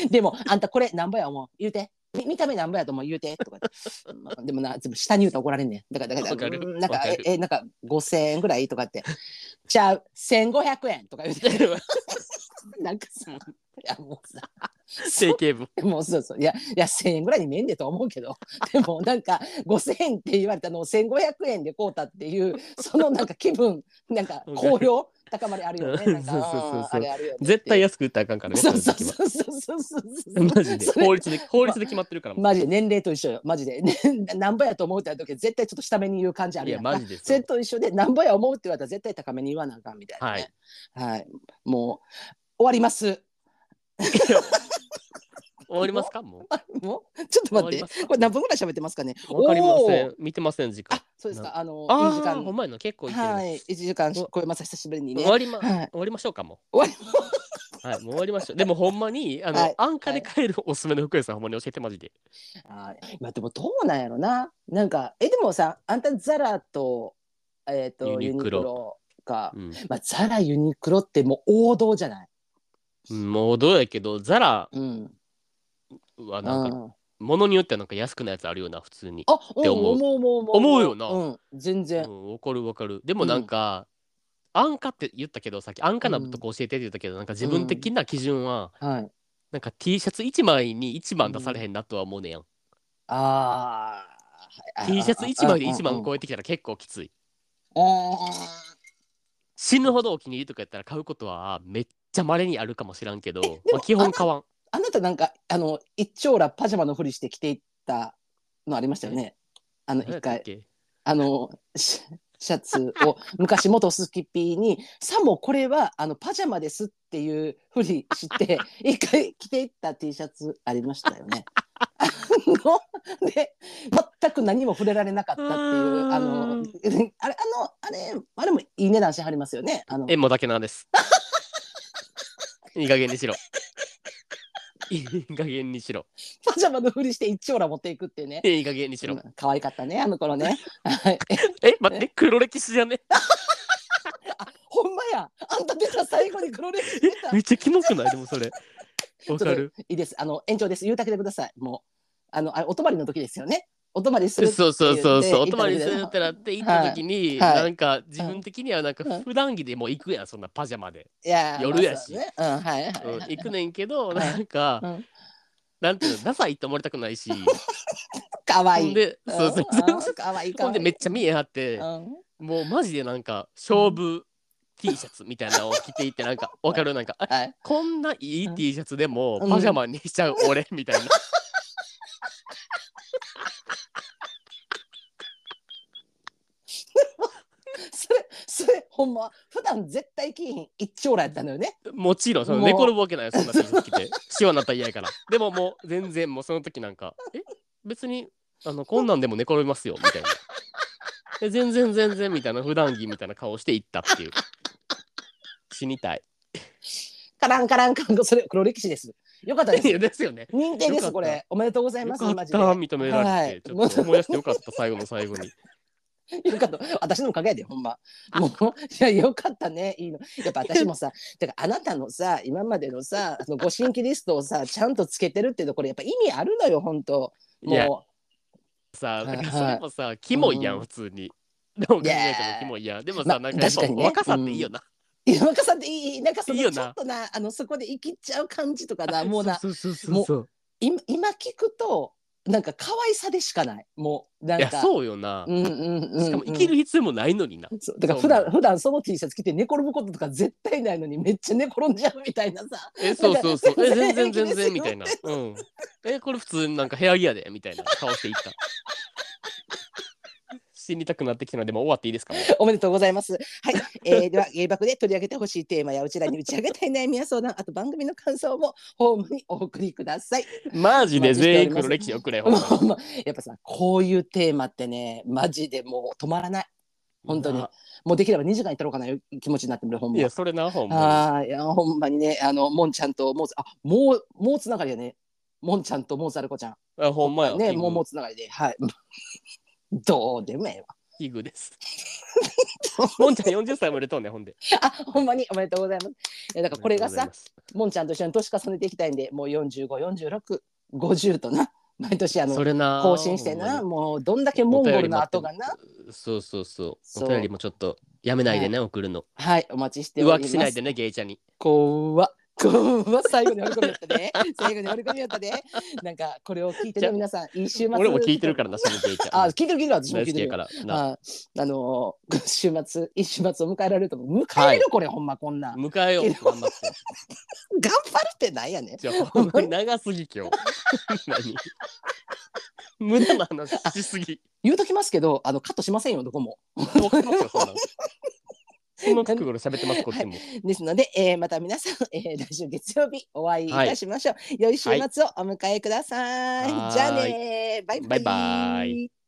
でもあんたこれなんぼや思う言うてみ見た目なんぼやと思う言うてとか言ってうんでもなでも下に言うと怒られんねんだからだから
わかる
うんなんか
わかる
ええなんか5,000円ぐらいとかってじゃあ1,500円とか言うて なんかさいやもうさ
整形部
もうそうそういやいや1,000円ぐらいに見えんでとは思うけどでもなんか5,000円って言われたのを1,500円でこうたっていうそのなんか気分なんか高揚高まりあるよねなん か
そうそうそうそうん
あれあるよねっていう
絶対安く売ったらあかんからね
そうそう
この時は
そうそうそうそう
マジで
それ
法律で法律で決まってるからもう
マジで年齢と一緒よマジで、ね、 なんぼやと思うって言われた時は絶対ちょっと下目に言う感じある
い
や
や
んか
マジで
そ
そう
れと一緒でなんぼや思うって言われたら絶対高めに言わなあかんみたいな、ね、はい、もう終わります
いや終わりますか も
もうちょっと
う終わ
待っ
り
て
ますか
これ何分ぐらい喋ってますかね
わかりませ
おー
ん見てません時間
あそうですかあの
あ
いい時
あほん
間
まやな結構いってる
は
ね
い一時間超えます久しぶりにね
終わりま
はい
終わりましょうかも
終わ
うはいもう終わりましょうでもほんまにあ
はい
の安価で買えるおすすめの服屋さんほんまに教えてマジで
はいまあでもどうなんやろななんかえでもさあんたザラとえっ、とユ
ユ
ニ
ニ
ク
クロ
ロか
うん
まあ、ザラユニクロってもう王道じゃない。
もうどうやけどザラ
うん。
は
う
なんか
ん
物によってはなんか安くなやつあるような普通に
あ、うん
て思
思
う
う思う思う
思うよな
うん、全然。
うんわかるわかるでもなんか、安価って言ったけどさっき安価なとこ教えてって言ったけど、なんか自分的な基準は、
はい。
なんか T シャツ1枚に1万出されへんなとは思うねやん、
ああ。
T シャツ1枚で1万
え。
超えてきたら結構きつい
あ
死ぬほどお気に入りとかやったら買うことはめっちゃ稀にあるかもしらんけど
えでも、
まあ、基本買わん
あなたなんか、あの、一丁羅パジャマのふりして着ていったのありましたよね。あの、
何や
一
ったっ
回、
け
あの、シシャツを昔元スキッピーにさもこれはあのパジャマですっていうふりして一回着ていった T シャツありましたよね。あので全く何も触れられなかったっていうあのあれあのあれあれもいい値段しはりますよね。あの
縁もだけなんですいい加減にしろいい加減にし ろ
パジャマのふりして一丁ら持っていくっていうね。
いい加減にしろ、
うん可愛かったねあの頃ね。はい
え待って黒歴史じ ゃね
ほんまやあんた出た最後に黒歴史出た
めっちゃキモくないでもそれ。わかる。
いいです。あの延長です。言うだけでください。もうあのあれお泊まりの時ですよね。お泊まりするって
そうそうそう
言
そう。お
って
泊まりするってなって行った時に、
はいはい
なんか自分的にはなんか
うん
普段着でもう行くやんそんなパジャマで、
いやー
夜やし
まあそうね
う
うん
ん、
はいはい
行くねんけど
はい
なんか、
うん
なんていうのダサいって思われたくないし、
可愛
ほん
い。
でそうそう そう。
可愛い 可
ほん
愛
で
い。
めっちゃ見え張って、
うん
もうマジでなんか勝負 T シャツみたいなのを着ていってなんかわかるなんか、あ
はい。
こんないい T シャツでも
うん
パジャマにしちゃう俺みたいな。
それそれほんま普段絶対着いひん一丁羅やったのよね。
もちろんその
もう
寝転ぶわけないよそんな T シャツ着て しわになったら嫌やからでももう全然もうその時なんかえ別にあのこんなんでも寝転びますよみたいなで全然全然みたいな普段着みたいな顔して行ったっていう死にたい
カランカランカランそれ黒歴史です。よかったで
い
す。
やですよね
認定
よかっ
です
た
これおめでとうござい
よ
ます。
かった
マジで
認められて、
はい
ちょっと思い出してよかった最後の最後に
よかった。私のおかげやで、ほんま。もう、いや、よかったね。いいの。やっぱ 私もさ、てか、あなたのさ、今までのさ、あのご新規リストをさ、ちゃんとつけてるっていうところ、やっぱ意味あるのよ、本当。
いや
も
さあ
はい
だからそれもさキモいや
うん
ん普通に。でも考
いやー
えてもキモいやんでも
ま
さ、なんかやっ
確か
ぱ
にね
若さっていいよな。
う、いや若さっていい、なんかそ
いい
の
よ
ちょ
な
っとな、あの、そこで生きちゃう感じとかな、もうな、
そうそうそう
も
そう。
今、今聞くと。なんか可愛さでしかないもうなん
い
か
やそうよな、
うんうんうんうん
しかも生きる必要もないのに な、
そうだから普段普段その T シャツ着て寝転ぶこととか絶対ないのにめっちゃ寝転んじゃうみたいなさ
えそうそうそうえ
全
全
然
然全然
平気ですよ
みたいな、うん、えこれ普通になんか部屋着やでみたいな顔していった 死にたくなってきたのでもう終わっていいですかもう
おめでとうございます。はい、えー、で は、芸爆で取り上げてほしいテーマや、うちらに打ち上げたい悩みや相談、あと番組の感想もホームにお送りくだ さい。
マジで全員
お待
黒
ちし
歴
て
史送れよ
もうもうやっぱさ、こういうテーマってね、マジでもう止まらない。本当にもうできれば2時間いったろうかないう気持ちになってくる、ほん
い
ま
や。それなほんま
あーいや、ほんまにね、あの、もんちゃんと、もう、あ、もう、もうつながりやね。もんちゃんと、もうざるこちゃん。
にあほんまや
ね、
キング
もう、もうつながりで、はい。 どうでもええわ。
キン グですもんちゃん40歳も売れとんねんほんで
あ、ほんまにおめでとうございます。いや、だから、 これがさ
ありとうございま。す
もんちゃんと一緒に年重ねていきたいんでもう454650とな 毎年あの
それな
更新して
ほんま
な
に
もうどんだけモンゴルの後がな
そうそうそう
そう
お便りもちょっとやめないでね、送るの
はいお待ちしておりま
浮
す
気しないでねゲイちゃんに
こわこわ最後に折り込みやったで 最後に折り込みやったでなんかこれを聞いて
じゃ
る皆さんいい週末
俺も聞いてるからなそのゲイちゃん
あ聞いてる聞いてる私も
大
聞
好
いて
き
る
や
よ
からな
ああのー 週末いい週末を迎えられると思う迎えれる、
は
これほんまこんなん
迎えよう頑張って
頑張るってなんやねん
じゃあほんまに長すぎ今日 何無駄な話しす ぎ
言うときますけどあのカットしませんよどこも
分かりますよそんなのそんなつくごろ喋ってますこっちも、
ですので、えー、また皆さん、 えー、来週月曜日お会いいたしましょう。良い週末をお迎えください。
はい
じゃあねーバイバイ。
バイバイ